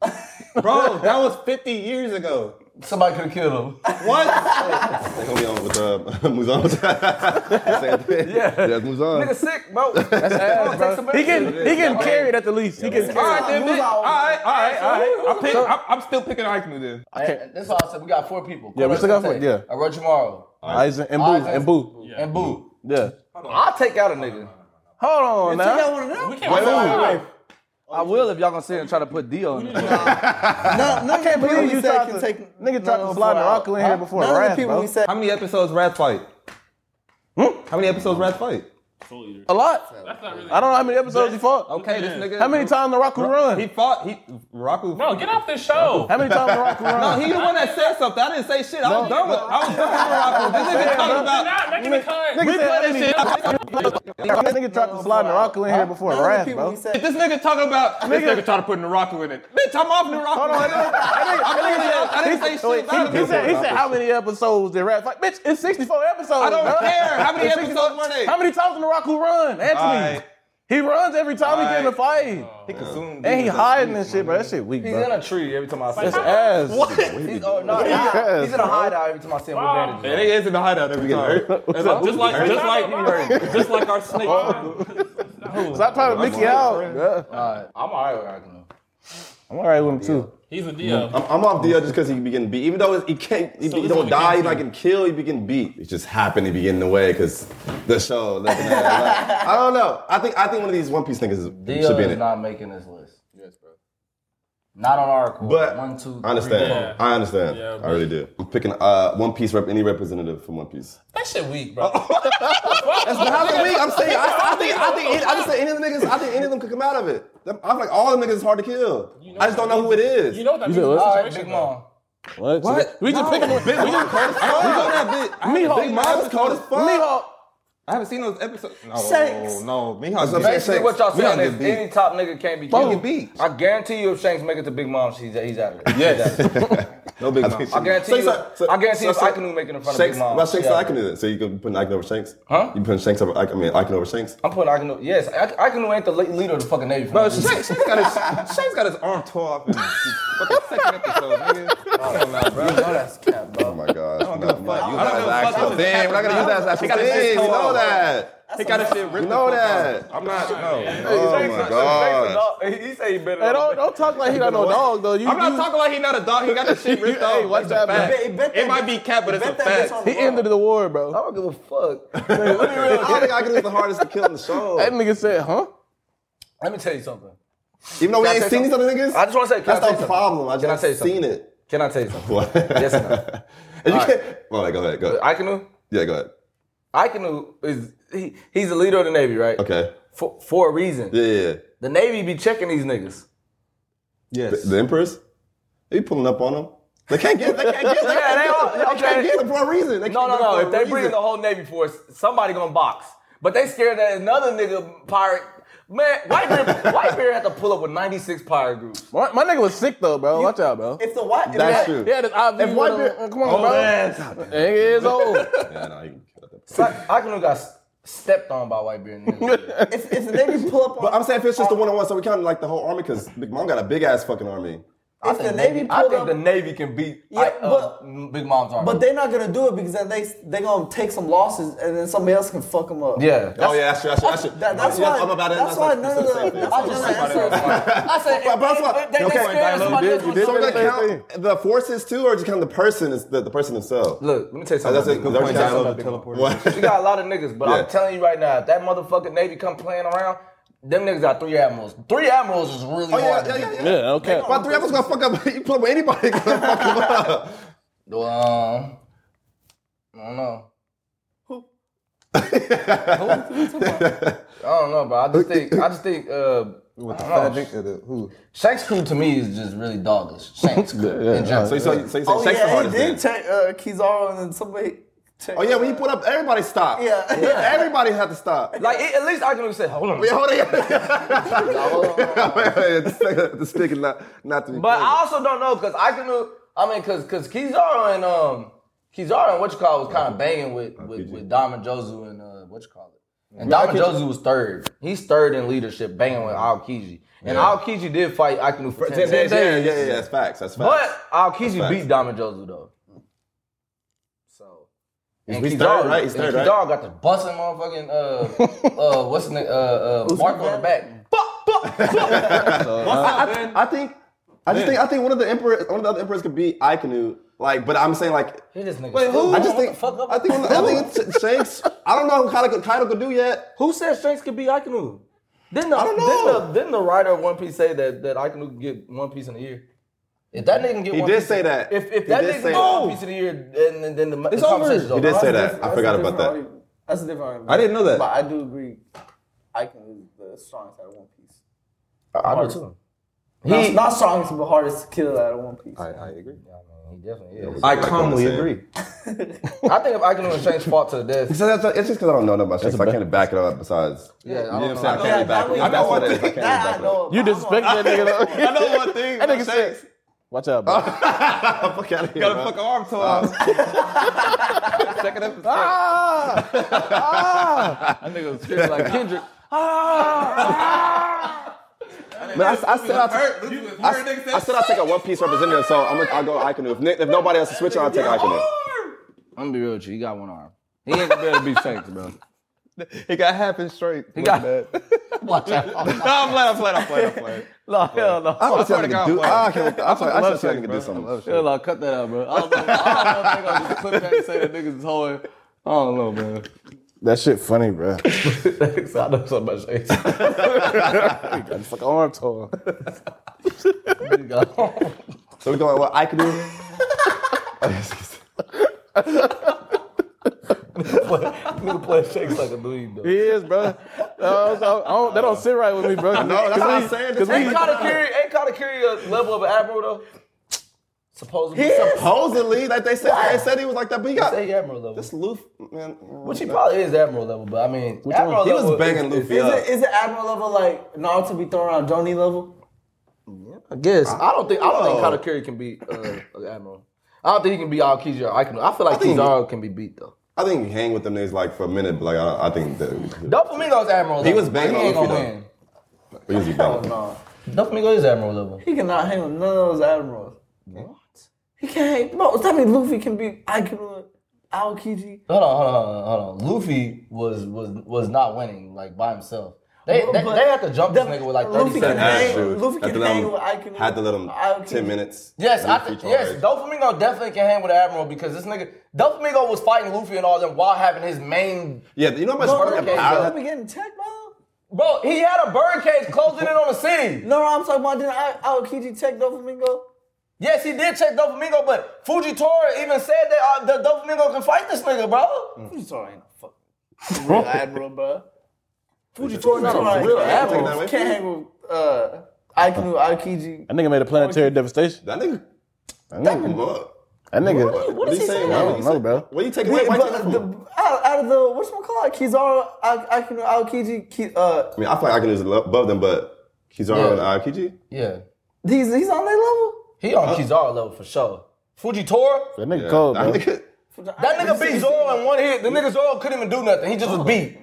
S7: Bro, that was 50 years ago.
S1: Somebody could have killed <laughs> him.
S7: What?
S3: They gonna be on with uh, <laughs> Muzan. yeah, yeah,
S1: Nigga
S3: Muzan.
S1: sick, <laughs> bro. That's
S2: Ass, bro. He getting he getting carried at the least. He getting
S7: all
S2: carried.
S7: right, then,
S6: Move
S7: bitch.
S6: on.
S7: All right, all right, all right. I'm, pick, I'm, I'm still picking Aiknu then.
S1: That's why I said we got four people.
S2: Yeah, we still got four, yeah.
S1: I run tomorrow
S2: Aizen and Boo and Boo.
S1: and Boo.
S2: Yeah.
S1: I'll take out a nigga.
S2: Hold on now.
S5: We can't wait, wait,
S1: I will if y'all gonna sit and try to put D on it.
S2: I can't believe you
S6: said
S2: tried
S6: can
S2: to
S6: take
S2: nigga
S6: none
S2: tried to
S6: of
S2: fly
S6: us out.
S2: Morocco in here before
S6: None of
S2: Wrath,
S6: the people
S2: bro.
S6: we said
S7: How many episodes Rat fight? Hmm? How many episodes Rat fight?
S2: A lot.
S5: That's not really.
S2: I don't know how many episodes he fought.
S7: Okay, this nigga.
S2: How many times the Rock run?
S7: He fought. He Raku.
S5: Bro, get off this show.
S2: How many times the Rock run?
S7: No, he the one that said something. I didn't say shit. I was done with. I was done with Raku. This nigga talking
S5: You're
S7: about.
S5: not making the cut.
S2: Nigga said how many <laughs> This nigga tried to slide Morocco in here before
S6: none of the
S2: Wrath,
S6: people
S2: bro.
S6: we
S2: Hold
S6: said.
S7: This nigga talking about. This
S2: Nigga.
S7: nigga trying to put Naraku in it. Bitch, I'm off Naraku.
S2: on, that nigga- that
S7: I didn't
S2: nigga-
S7: say
S2: he-
S7: shit.
S2: so wait,
S7: about
S2: He he
S7: him.
S2: said, he said how many episodes did Rat fight? Bitch, it's 64 episodes.
S7: I don't
S2: bro.
S7: care. How many
S2: It's 64
S7: episodes were
S2: <laughs>
S7: they?
S2: How many times did the Rock run? Anthony.
S7: Alright.
S2: He runs every time he
S7: Alright.
S2: get in a fight.
S7: He consumed.
S2: And he
S7: demons.
S2: hiding and shit, bro. That shit weak,
S1: He's in
S2: bro.
S1: a tree every time I see him.
S2: That's ass.
S1: He's, oh, no, he's,
S2: Yes,
S1: he's in a hideout every time I see him with
S5: Wow.
S1: bandages.
S7: Yeah, they is in the hideout every time. Just like, just like, just like our snake.
S2: Stop trying to Mickey out. Yeah.
S1: I'm alright with Agnew.
S2: I'm alright with him, too.
S5: He's a DL.
S3: I'm, I'm off DL just because he be getting beat. Even though he can't, he, be- he
S5: this is what
S3: don't
S5: we
S3: die,
S5: can't
S3: he
S5: do.
S3: not getting killed, he be getting beat. It just happened to be getting away because the show. like, like, I don't know. I think I think one of these One Piece niggas should
S1: Dio
S3: be in
S1: is
S3: it.
S1: not making this list. Yes, bro. Not on our core.
S3: But
S1: one, two,
S3: I understand.
S1: three,
S3: I understand.
S5: Yeah,
S3: I really do. I'm picking uh, One Piece rep any representative from One Piece.
S5: That shit weak, bro.
S3: But how can we? I'm saying I, I think I think any, I just say any of the niggas. I think any of them could come out of it. I feel like all the niggas is hard to kill. I just don't know who it is.
S5: You know what that means?
S2: said
S5: in this
S1: four.
S2: what?
S1: All right,
S5: situation,
S1: Big
S5: though.
S1: Mom.
S2: What? We just picking on
S3: Big Mom cold as fuck.
S2: Miho.
S3: Big Mom was cold as fuck.
S2: Miho.
S7: I haven't seen those episodes. No,
S6: Shanks.
S7: no, Miho's
S3: So
S7: getting-
S1: Basically, what y'all
S7: Miho
S1: saying
S7: get
S1: is
S7: beat.
S1: any top nigga can't be
S7: Boom.
S1: killed.
S7: Get beat.
S1: I guarantee you, if Shanks make it to Big Mom, she's he's out of there.
S7: Yes.
S3: No Big Mom.
S1: I guarantee you. I guarantee you, if Aikinu make it in front of Big
S3: Shanks,
S1: Mom.
S3: Not Shanks,
S1: she
S3: yeah.
S1: out of there.
S3: Aikinu. So you could put Aikinu over Shanks?
S1: Huh?
S3: You put Shanks over Aikinu. I mean, Aikinu over Shanks.
S1: I'm putting Aikinu. Yes, Aik- Aikinu ain't the le- leader of the fucking Navy.
S7: Bro, Shanks, Shanks got his Shanks got his arm tore off in the fucking second episode, nigga.
S1: bro. That's cap, bro.
S3: my gosh. I don't
S7: give a fuck.
S3: Use
S7: I don't give a fuck
S3: that as an
S7: what
S3: actual
S7: the
S3: thing. We're not gonna use that as
S7: He
S3: an actual
S7: got his
S3: thing. You
S7: toe
S3: know
S7: off.
S3: that.
S7: He got his shit
S3: You
S7: ripped.
S3: know
S7: the fuck off.
S3: that.
S7: I'm not. No.
S3: Oh
S1: Jason-
S3: my
S1: Jason
S3: gosh.
S1: dog- He say he better.
S2: Hey,
S1: than
S2: don't,
S1: that.
S2: don't talk like he not no dog though. You,
S7: I'm not
S2: you-
S7: talking like he not a dog. He got his shit ripped
S2: Hey,
S7: off.
S2: what's
S7: That's a
S2: up, man?
S7: fact.
S6: He bet that
S7: It might
S6: bitch-
S7: be cat, but
S6: he
S7: it's a
S6: bet that bitch
S7: fact.
S6: on the
S2: He ended the war, bro.
S6: I don't give a fuck.
S3: I don't think I can use the hardest to kill in the show.
S2: That nigga said, huh?
S1: Let me tell you something.
S3: Even though we ain't
S1: say
S3: seen these other niggas.
S1: I just want to say, can I tell
S3: That's
S1: you
S3: our
S1: something?
S3: problem. I
S1: Can I
S3: just
S1: tell you
S3: seen
S1: something?
S3: it.
S1: Can I tell you something?
S3: What?
S1: <laughs> yes or no?
S3: And you
S1: All right.
S3: can't. All right, go ahead. Go ahead.
S1: Aikenu,
S3: Yeah, go ahead.
S1: Aikenu is he, he's the leader of the Navy, right?
S3: Okay.
S1: For, for a reason.
S3: Yeah, yeah. yeah.
S1: The Navy be checking these niggas.
S7: Yes.
S3: The Empress? They pulling up on them. They can't get. They can't get.
S1: <laughs>
S3: <laughs> They
S1: Yeah, they all-
S3: can't get, they
S1: okay.
S3: can't get them for a reason. They
S1: No, no,
S3: can't get them
S1: no.
S3: for
S1: If
S3: a
S1: they
S3: reason.
S1: bring in the whole Navy force, somebody gonna box. But they scared that another nigga pirate. Man, White Bear, White Bear had to pull up with 96 pirate groups.
S2: My, my nigga was sick though, bro. Watch out, bro.
S6: If the white, if
S3: That's
S6: that,
S3: true.
S2: Yeah, this IV.
S3: If white
S2: would've-
S3: bear-
S2: uh, come on, bro. Nigga
S1: <laughs>
S2: is old.
S3: Yeah, no, he can kill them.
S1: So I, Aikenu got s- stepped on by White Bear. in the
S3: <laughs>
S1: Navy.
S6: if, if the Navy pull up on,
S3: But I'm saying if it's just the one on one, so we counted like the whole army because Big Mom got a big ass fucking army.
S6: if the Navy
S1: I
S6: pulled
S1: think
S6: up,
S1: the Navy can beat
S6: Yeah,
S1: I- uh, Big Mom's army.
S6: but they're not gonna do it because then they they gonna take some losses and then somebody else can fuck them up.
S1: yeah,
S3: oh yeah, that's true. That's true. That's, true.
S6: That, that's
S3: Yes,
S6: why.
S3: I'm about it.
S6: that's why none of the. I
S3: That's
S6: just answered. I said.
S3: But that's why-
S6: if They, they,
S3: okay.
S6: they scared somebody else.
S2: you
S6: gonna
S3: So we're
S2: did
S3: gonna
S2: the same
S3: count the forces too, or just count the person is the, the person himself?
S1: Look, let me tell you something.
S3: Oh, that's it.
S1: nigga.
S3: That's
S7: Point down
S3: what-
S7: on the teleporter.
S1: We
S3: What?
S1: got a lot of niggas, but
S3: Yeah.
S1: I'm telling you right now, if that motherfucking Navy come playing around, them niggas got three admirals. Three admirals is really
S3: Oh yeah,
S1: hard.
S3: yeah, yeah. yeah.
S2: Yeah, okay.
S3: My three apples gonna fuck up. <laughs> You pull up with anybody. gonna fuck him up.
S1: yeah. Um, I don't know. Who? I don't know, bro. I just think I just think uh,
S7: With the
S1: I don't
S7: fat
S1: know.
S7: dick of the who?
S1: Shanks crew to me is just really
S3: <laughs>
S1: doggish. Shanks crew in general.
S3: So you say, so you say
S6: Oh
S3: Shakespeare
S6: yeah, he
S3: hardest
S6: did
S3: then.
S6: check uh, Kizaru and then somebody. uh, checked-
S3: Oh yeah, when he put up, everybody stopped.
S6: Yeah. Yeah.
S3: <laughs> everybody had to
S6: <laughs>
S3: stop.
S1: like at least I can say, hold on.
S3: Wait, hold on. <laughs> the stick is not not to be.
S1: But
S3: played.
S1: I also don't know because I can. I mean, because because Kizaru and um Kizaru and what you call it was kind of banging
S3: Uh,
S1: with with, with Diamond Jozu and uh, what you call it. And Diamond Jozu was third. He's third in leadership, banging with Aokiji. And Aokiji did fight Aikinu for 10 days.
S3: yeah, yeah, yeah, yeah, that's facts. That's facts.
S1: But Aokiji
S3: That's
S1: beat
S3: facts.
S1: Diamond Jozu, though. So. And
S3: He's
S1: Kizaru-
S3: third, right? He's
S1: and
S3: third, right?
S1: Kizaru got the busting motherfucking, uh,
S3: <laughs>
S1: uh, what's his name? Uh, uh, Mark on the back. Fuck, fuck, fuck.
S3: I think I just think I think one of the emperors, one of the other emperors could be Aikenu. Like, but I'm saying like.
S1: Hit this nigga.
S3: Wait, who? I just think
S1: Fuck up.
S3: I think I think it's Shanks. I don't know who Kaido, Kaido could do yet.
S1: Who said Shanks could be Aikinu? Didn't the,
S3: I don't know.
S1: Didn't the, didn't the writer of One Piece say that that Aikinu can get One Piece in a year? If that nigga can get
S3: He
S1: One
S3: did
S1: Piece
S3: say
S1: in-
S3: that.
S1: If,
S3: He
S1: if that
S3: did
S1: nigga
S3: say
S1: can get
S3: that.
S1: One Piece in a year, then then, then the,
S6: It's
S1: the conversation's
S6: over.
S1: over.
S3: He did say
S6: That's
S3: that.
S6: different-
S3: I forgot
S6: that's a
S3: about
S6: different
S3: that.
S6: argument. That's a different argument.
S7: I didn't know that.
S6: But I do agree. I can the strongest out of One Piece.
S1: I do too.
S6: Not, not strongest, but hardest to kill out of One Piece. <laughs>
S7: I agree.
S1: He definitely is.
S7: I
S3: Like
S7: calmly
S3: what I'm saying.
S7: agree.
S1: I think if Aikinu and Shanks fought to the
S3: <laughs>
S1: death,
S3: So that's, it's just because I don't know nothing about Shanks. I can't back it up. Besides,
S1: yeah, I don't
S7: You know
S1: know.
S7: what I'm saying? I can't be back.
S6: that
S7: I know
S3: that's what
S7: one
S3: it is. I
S7: thing.
S3: can't back it up.
S2: You disrespect that nigga though.
S1: <laughs>
S2: <laughs>
S7: I know one thing.
S2: That nigga
S7: about
S2: said.
S7: Shanks.
S2: Watch out, bro.
S3: Fuck out of here,
S7: Got a
S3: bro.
S7: fucking arm torn off. Second episode.
S2: Ah!
S7: That nigga was screaming like Kendrick.
S3: Man, I, I said I,
S7: Hurt. You was
S3: I,
S7: hurt, nigga.
S3: I said I take a One Piece representative, so I'm gonna I'll go Aikinu. If, Nick- if nobody else is switching, I'll take Aikinu.
S1: I'm gonna be real with you. He got one arm. He ain't gonna be able to beat Shanks, bro.
S7: He got half and straight. He
S2: <laughs>
S1: got- <laughs>
S7: Watch out. no, I'm glad. I'm glad. I'm glad. I'm glad.
S1: No, hell no.
S3: I want to
S7: swear to
S3: see a nigga
S7: God,
S3: do.
S7: fuck.
S3: I can't. I'm sorry. I
S7: love
S3: should see a
S7: Shanks,
S3: nigga
S7: bro.
S3: do
S7: I love
S3: something.
S7: Shanks.
S1: no, cut that out, bro. I don't know, if they gonna just clip that and say that nigga's whole.
S7: I don't know, man.
S2: That shit funny, bro.
S1: I know something about Shanks. <laughs>
S2: Fuck arm torn.
S1: He got-
S3: <laughs> So we're going. What Aikinu?
S1: Nigga play shakes like a dude, though.
S2: He is, bro. <laughs> Uh, so I don't, that don't sit right with me,
S1: <laughs>
S2: bro. No,
S3: that's what I'm saying.
S2: Cause
S1: Ain't
S2: we,
S1: Katakiri, ain't Katakiri a level of an admiral, though? Supposedly.
S3: <laughs> Supposedly, like they said, they said he was like that, but he got
S1: Say admiral level.
S3: this Luffy man.
S1: Which he probably is admiral level, but I mean, admiral
S3: He
S1: level
S3: was banging
S1: is-
S3: Luffy
S6: Is
S3: up.
S6: it is it admiral level like Naruto be throwing around Johnny level?
S1: I guess. I don't think I don't think Katakiri can be uh, an admiral. I don't think he can be Aokiji or Aikinu. I feel like
S3: think-
S1: Kizaru can be beat, though.
S3: I think he hang with them niggas like for a minute, but like I, I think that
S1: Doflamingo's admiral level.
S3: He was banging
S1: He ain't
S3: Luffy,
S1: gonna
S3: though.
S1: win.
S3: we usually bang.
S1: Doflamingo is admiral level.
S6: He cannot hang with none of those admirals. He can't hate. Bro, tell me Luffy can be Aikinu, Aokiji.
S1: Hold on, hold on, hold on, hold on. Luffy was was was not winning like by himself. They they,
S6: but-
S1: they had to jump this nigga with like thirty
S6: Luffy can
S1: seconds.
S3: That's
S6: hang,
S3: true.
S6: Luffy
S3: Had
S6: can
S3: to let
S6: hang
S3: him-
S6: with Aikinu.
S3: Had to let him
S6: Aokiji.
S3: ten minutes.
S1: Yes, I
S3: Luffy
S1: think yes.
S3: charged.
S1: Doflamingo definitely can hang with the Admiral because this nigga Doflamingo was fighting Luffy and all them while having his main
S3: Yeah, you know how much
S6: Bro,
S3: fucking
S6: Luffy
S3: power.
S6: Luffy getting checked by them?
S1: bro. He had a birdcage closing in on the city.
S6: No, no, I'm talking about didn't A- Aokiji check Doflamingo?
S1: Yes, he did check Doflamingo, but Fujitora even said that uh, the Doflamingo can fight this nigga, bro.
S6: You sorry, ain't no fucking real admiral, bro. Fujitora not
S3: Fujitora.
S6: a real
S3: Take that away
S6: admiral.
S3: from
S6: Can't hang with uh, Aikinu, Aokiji.
S2: That nigga made a planetary devastation.
S3: That nigga,
S2: That nigga,
S3: come up.
S2: that nigga
S3: What is he saying?
S2: I
S3: What
S2: don't
S3: he
S2: know,
S3: saying?
S2: bro.
S3: What you taking away?
S6: Yeah,
S3: Why you
S6: but
S3: taking that from?
S6: the, out, out of the what's my call? Kizaru, I, Aikinu, Aokiji, Ki, uh,
S3: I mean, I feel like I can just above them, but he's on
S1: Yeah.
S3: yeah. RPG.
S1: Yeah,
S6: he's he's on their level.
S1: he on Kizaru level for sure. Fujitora,
S2: That nigga cold, bro.
S3: That nigga,
S1: that nigga beat Zoro in one hit. The nigga Zoro couldn't even do nothing. He just
S3: Oh.
S1: was beat.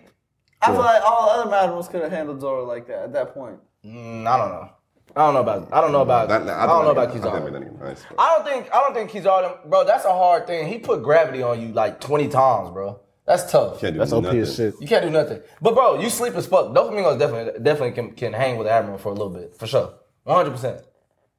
S6: I feel like all other admirals could have handled Zoro like that at that point.
S1: Mm, I don't know. I don't know about. I don't know about.
S3: that,
S1: I don't know about
S3: I think
S1: Kizaru.
S3: that nigga nice, bro.
S1: I don't think I don't think he's all them, bro. That's a hard thing. He put gravity on you like twenty times, bro. That's tough.
S3: Can't do
S2: That's OP
S3: nothing.
S2: as shit.
S1: You can't do nothing. But bro, you sleep as fuck. Doflamingo's definitely definitely can, can hang with the Admiral for a little bit, for sure, one hundred percent.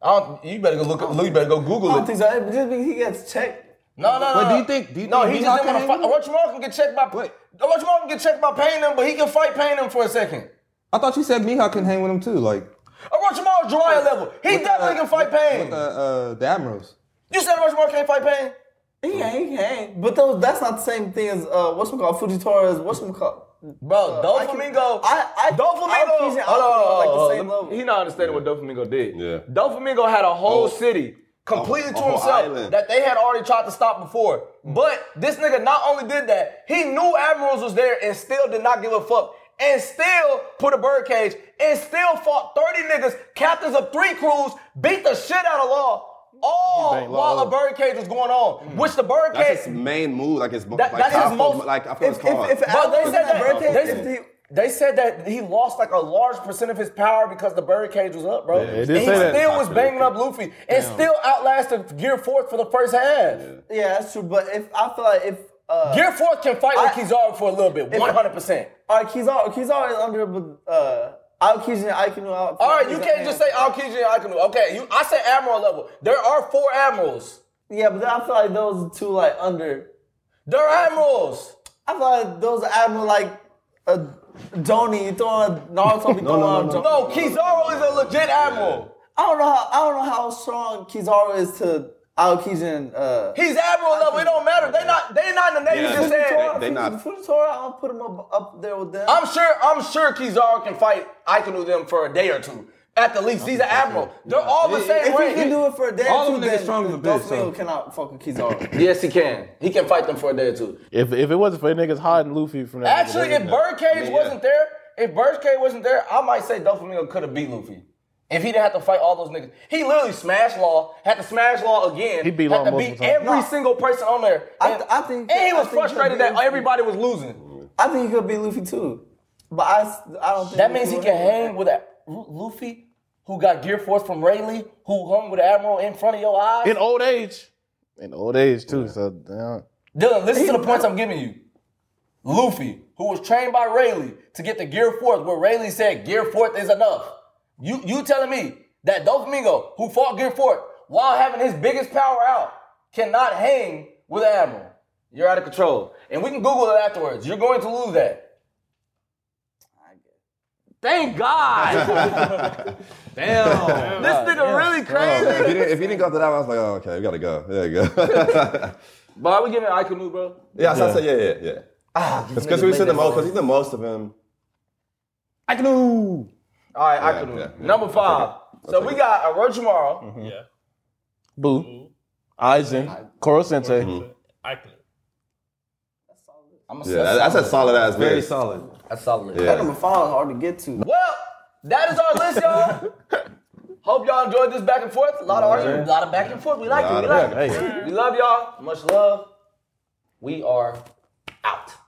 S1: I don't. You better go look. up- You better go
S6: I
S1: Google
S6: don't
S1: it.
S6: think so. It- Just because he gets checked.
S1: No, no, no.
S7: But do you
S1: no.
S7: think- do you
S1: no,
S7: think
S1: he
S7: he's
S1: just
S7: not
S1: didn't want to
S7: gonna
S1: fight. Watch Mark can get checked by. Wait.
S7: Wait.
S1: Watch Mark can get checked by Painem, but he can fight Painem for a second.
S7: I thought you said Mihawk can hang with him too, like
S1: Watch Mark Jiraiya level. He definitely can fight
S7: with
S1: Pain.
S7: the uh, the Admirals.
S1: You said Watch Mark can't fight Pain.
S6: He can, he can. But those, that's not the same thing as uh, what's it called? Fujitora's what's it called?
S1: Bro,
S6: I can-
S1: Doflamingo.
S6: I- I-
S1: Doflamingo.
S6: I think he's at
S1: Hold on, hold on,
S6: like the
S1: hold on.
S6: same level.
S1: He not understanding what Doflamingo did.
S3: Yeah.
S1: Doflamingo had a whole
S3: Oh.
S1: city completely
S3: A- a
S1: to
S3: whole
S1: himself
S3: island. Mm.
S1: that they had already tried to stop before. But this nigga not only did that, he knew Admirals was there and still did not give a fuck. And still put a birdcage and still fought 30 niggas, captains of three crews, beat the shit out of law. All
S2: banged Law
S1: while a
S2: up.
S1: birdcage was going on. Which the birdcage
S3: Mm. That's his main move. Like his,
S1: That-
S3: like,
S1: that's his
S3: powerful,
S1: most-
S3: Like I feel
S6: If
S3: it's called.
S6: if, if
S1: Bro, they
S6: Alex
S1: said that.
S6: birthday,
S1: they,
S6: if he-
S1: they said that he lost like a large percent of his power because the birdcage was up, bro.
S2: they
S1: and
S2: did
S1: he
S2: say
S1: still
S2: that.
S1: was banging up Luffy and still outlasted Gear Fourth for the first half.
S6: yeah, that's true. But if I feel like if uh,
S1: Gear Fourth can fight
S6: I-
S1: with Kizaru for a little bit, one hundred percent.
S6: all right, Kizaru, Kizaru is under, but uh, Aokiji and Aikinu. All
S1: All right, you can't just say Aokiji and Aikinu. Okay, you, I said admiral level. There are four admirals.
S6: Yeah, but then I feel like those two like under.
S1: There are admirals.
S6: I feel like those admiral like a Doni. You throw a Naruto. no, no, no,
S1: No, Kizaru is a legit admiral.
S6: I don't know how I don't know how strong Kizaru is to Aokiji and uh.
S1: He's admiral level. It don't matter. They not. They not in the Navy.
S3: Yeah,
S1: just saying.
S3: they- they not-
S6: Fujitora, I'll put him up, up there with them.
S1: I'm sure I'm sure Kizaru can fight Aikinu them for a day or two. At the least, he's an admiral. They're all the same
S6: if he
S1: rank.
S6: can do it for a day
S7: All
S6: or
S7: them
S6: two,
S7: niggas
S6: then
S7: strong as a
S6: Dolph
S7: bitch,
S6: Lundgren
S7: so.
S6: cannot fuck with
S1: <laughs>
S6: Kizaru.
S1: yes, he can. He can fight them for a day or two.
S2: If if it wasn't for niggas hiding Luffy from that,
S1: Actually, if Birdcage wasn't there, if Birdcage wasn't there, I might say Doflamingo could have beat Luffy. If he didn't have to fight all those niggas, he literally smashed Law, had to smash Law again,
S2: He beat
S1: had
S2: Law
S1: to
S2: multiple
S1: beat
S2: times.
S1: every single person on there.
S6: I
S1: And-
S6: th- I think-
S1: and he
S6: I
S1: was
S6: think he
S1: frustrated
S6: could
S1: that
S6: beat Luffy.
S1: everybody was losing.
S6: I think he could be Luffy too, but I, s- I don't think
S1: That means he
S6: would.
S1: can hang with that Lu- Luffy, who got Gear Force from Rayleigh, who hung with Admiral in front of your eyes.
S2: <laughs> in old age, in old age too. So damn.
S1: Dylan, listen to the points I'm giving you. Luffy, who was trained by Rayleigh to get the Gear Fourth, where Rayleigh said Gear Fourth is enough. You you telling me that Doflamingo, who fought Gear Fourth while having his biggest power out, cannot hang with an Admiral? You're out of control. And we can Google it afterwards. You're going to lose that. Thank God. <laughs> Damn. this nigga really crazy.
S3: Oh, if, he didn't, if he didn't go to that, I was like, oh, okay, we gotta go. <laughs> There you go.
S1: But are we giving Aikinu, bro?
S3: yeah, so I said, yeah, yeah, yeah.
S1: Ah,
S3: Because we seen the most. Because he's the most of him.
S7: I can
S1: All right, I
S3: Yeah,
S1: can.
S3: yeah, yeah.
S1: Number
S3: I'll take
S1: five.
S3: it. I'll
S1: So
S3: take
S1: we
S3: it.
S1: got Orochimaru,
S5: Yeah.
S2: Boo, Aizen, Koro Sensei.
S5: I can.
S1: I'm
S3: Yeah, that, that's a solid ass.
S7: Very
S3: bitch.
S7: solid.
S1: That's solid.
S6: That
S3: Yeah.
S6: number five is hard to get to.
S1: Well, that is our list, y'all.
S3: <laughs>
S1: Hope y'all enjoyed this back and forth. A lot of argument, a lot of back and forth. We like it.
S3: Lot
S1: We
S3: of
S1: like
S3: back
S1: it. We love y'all. Much love. We are out.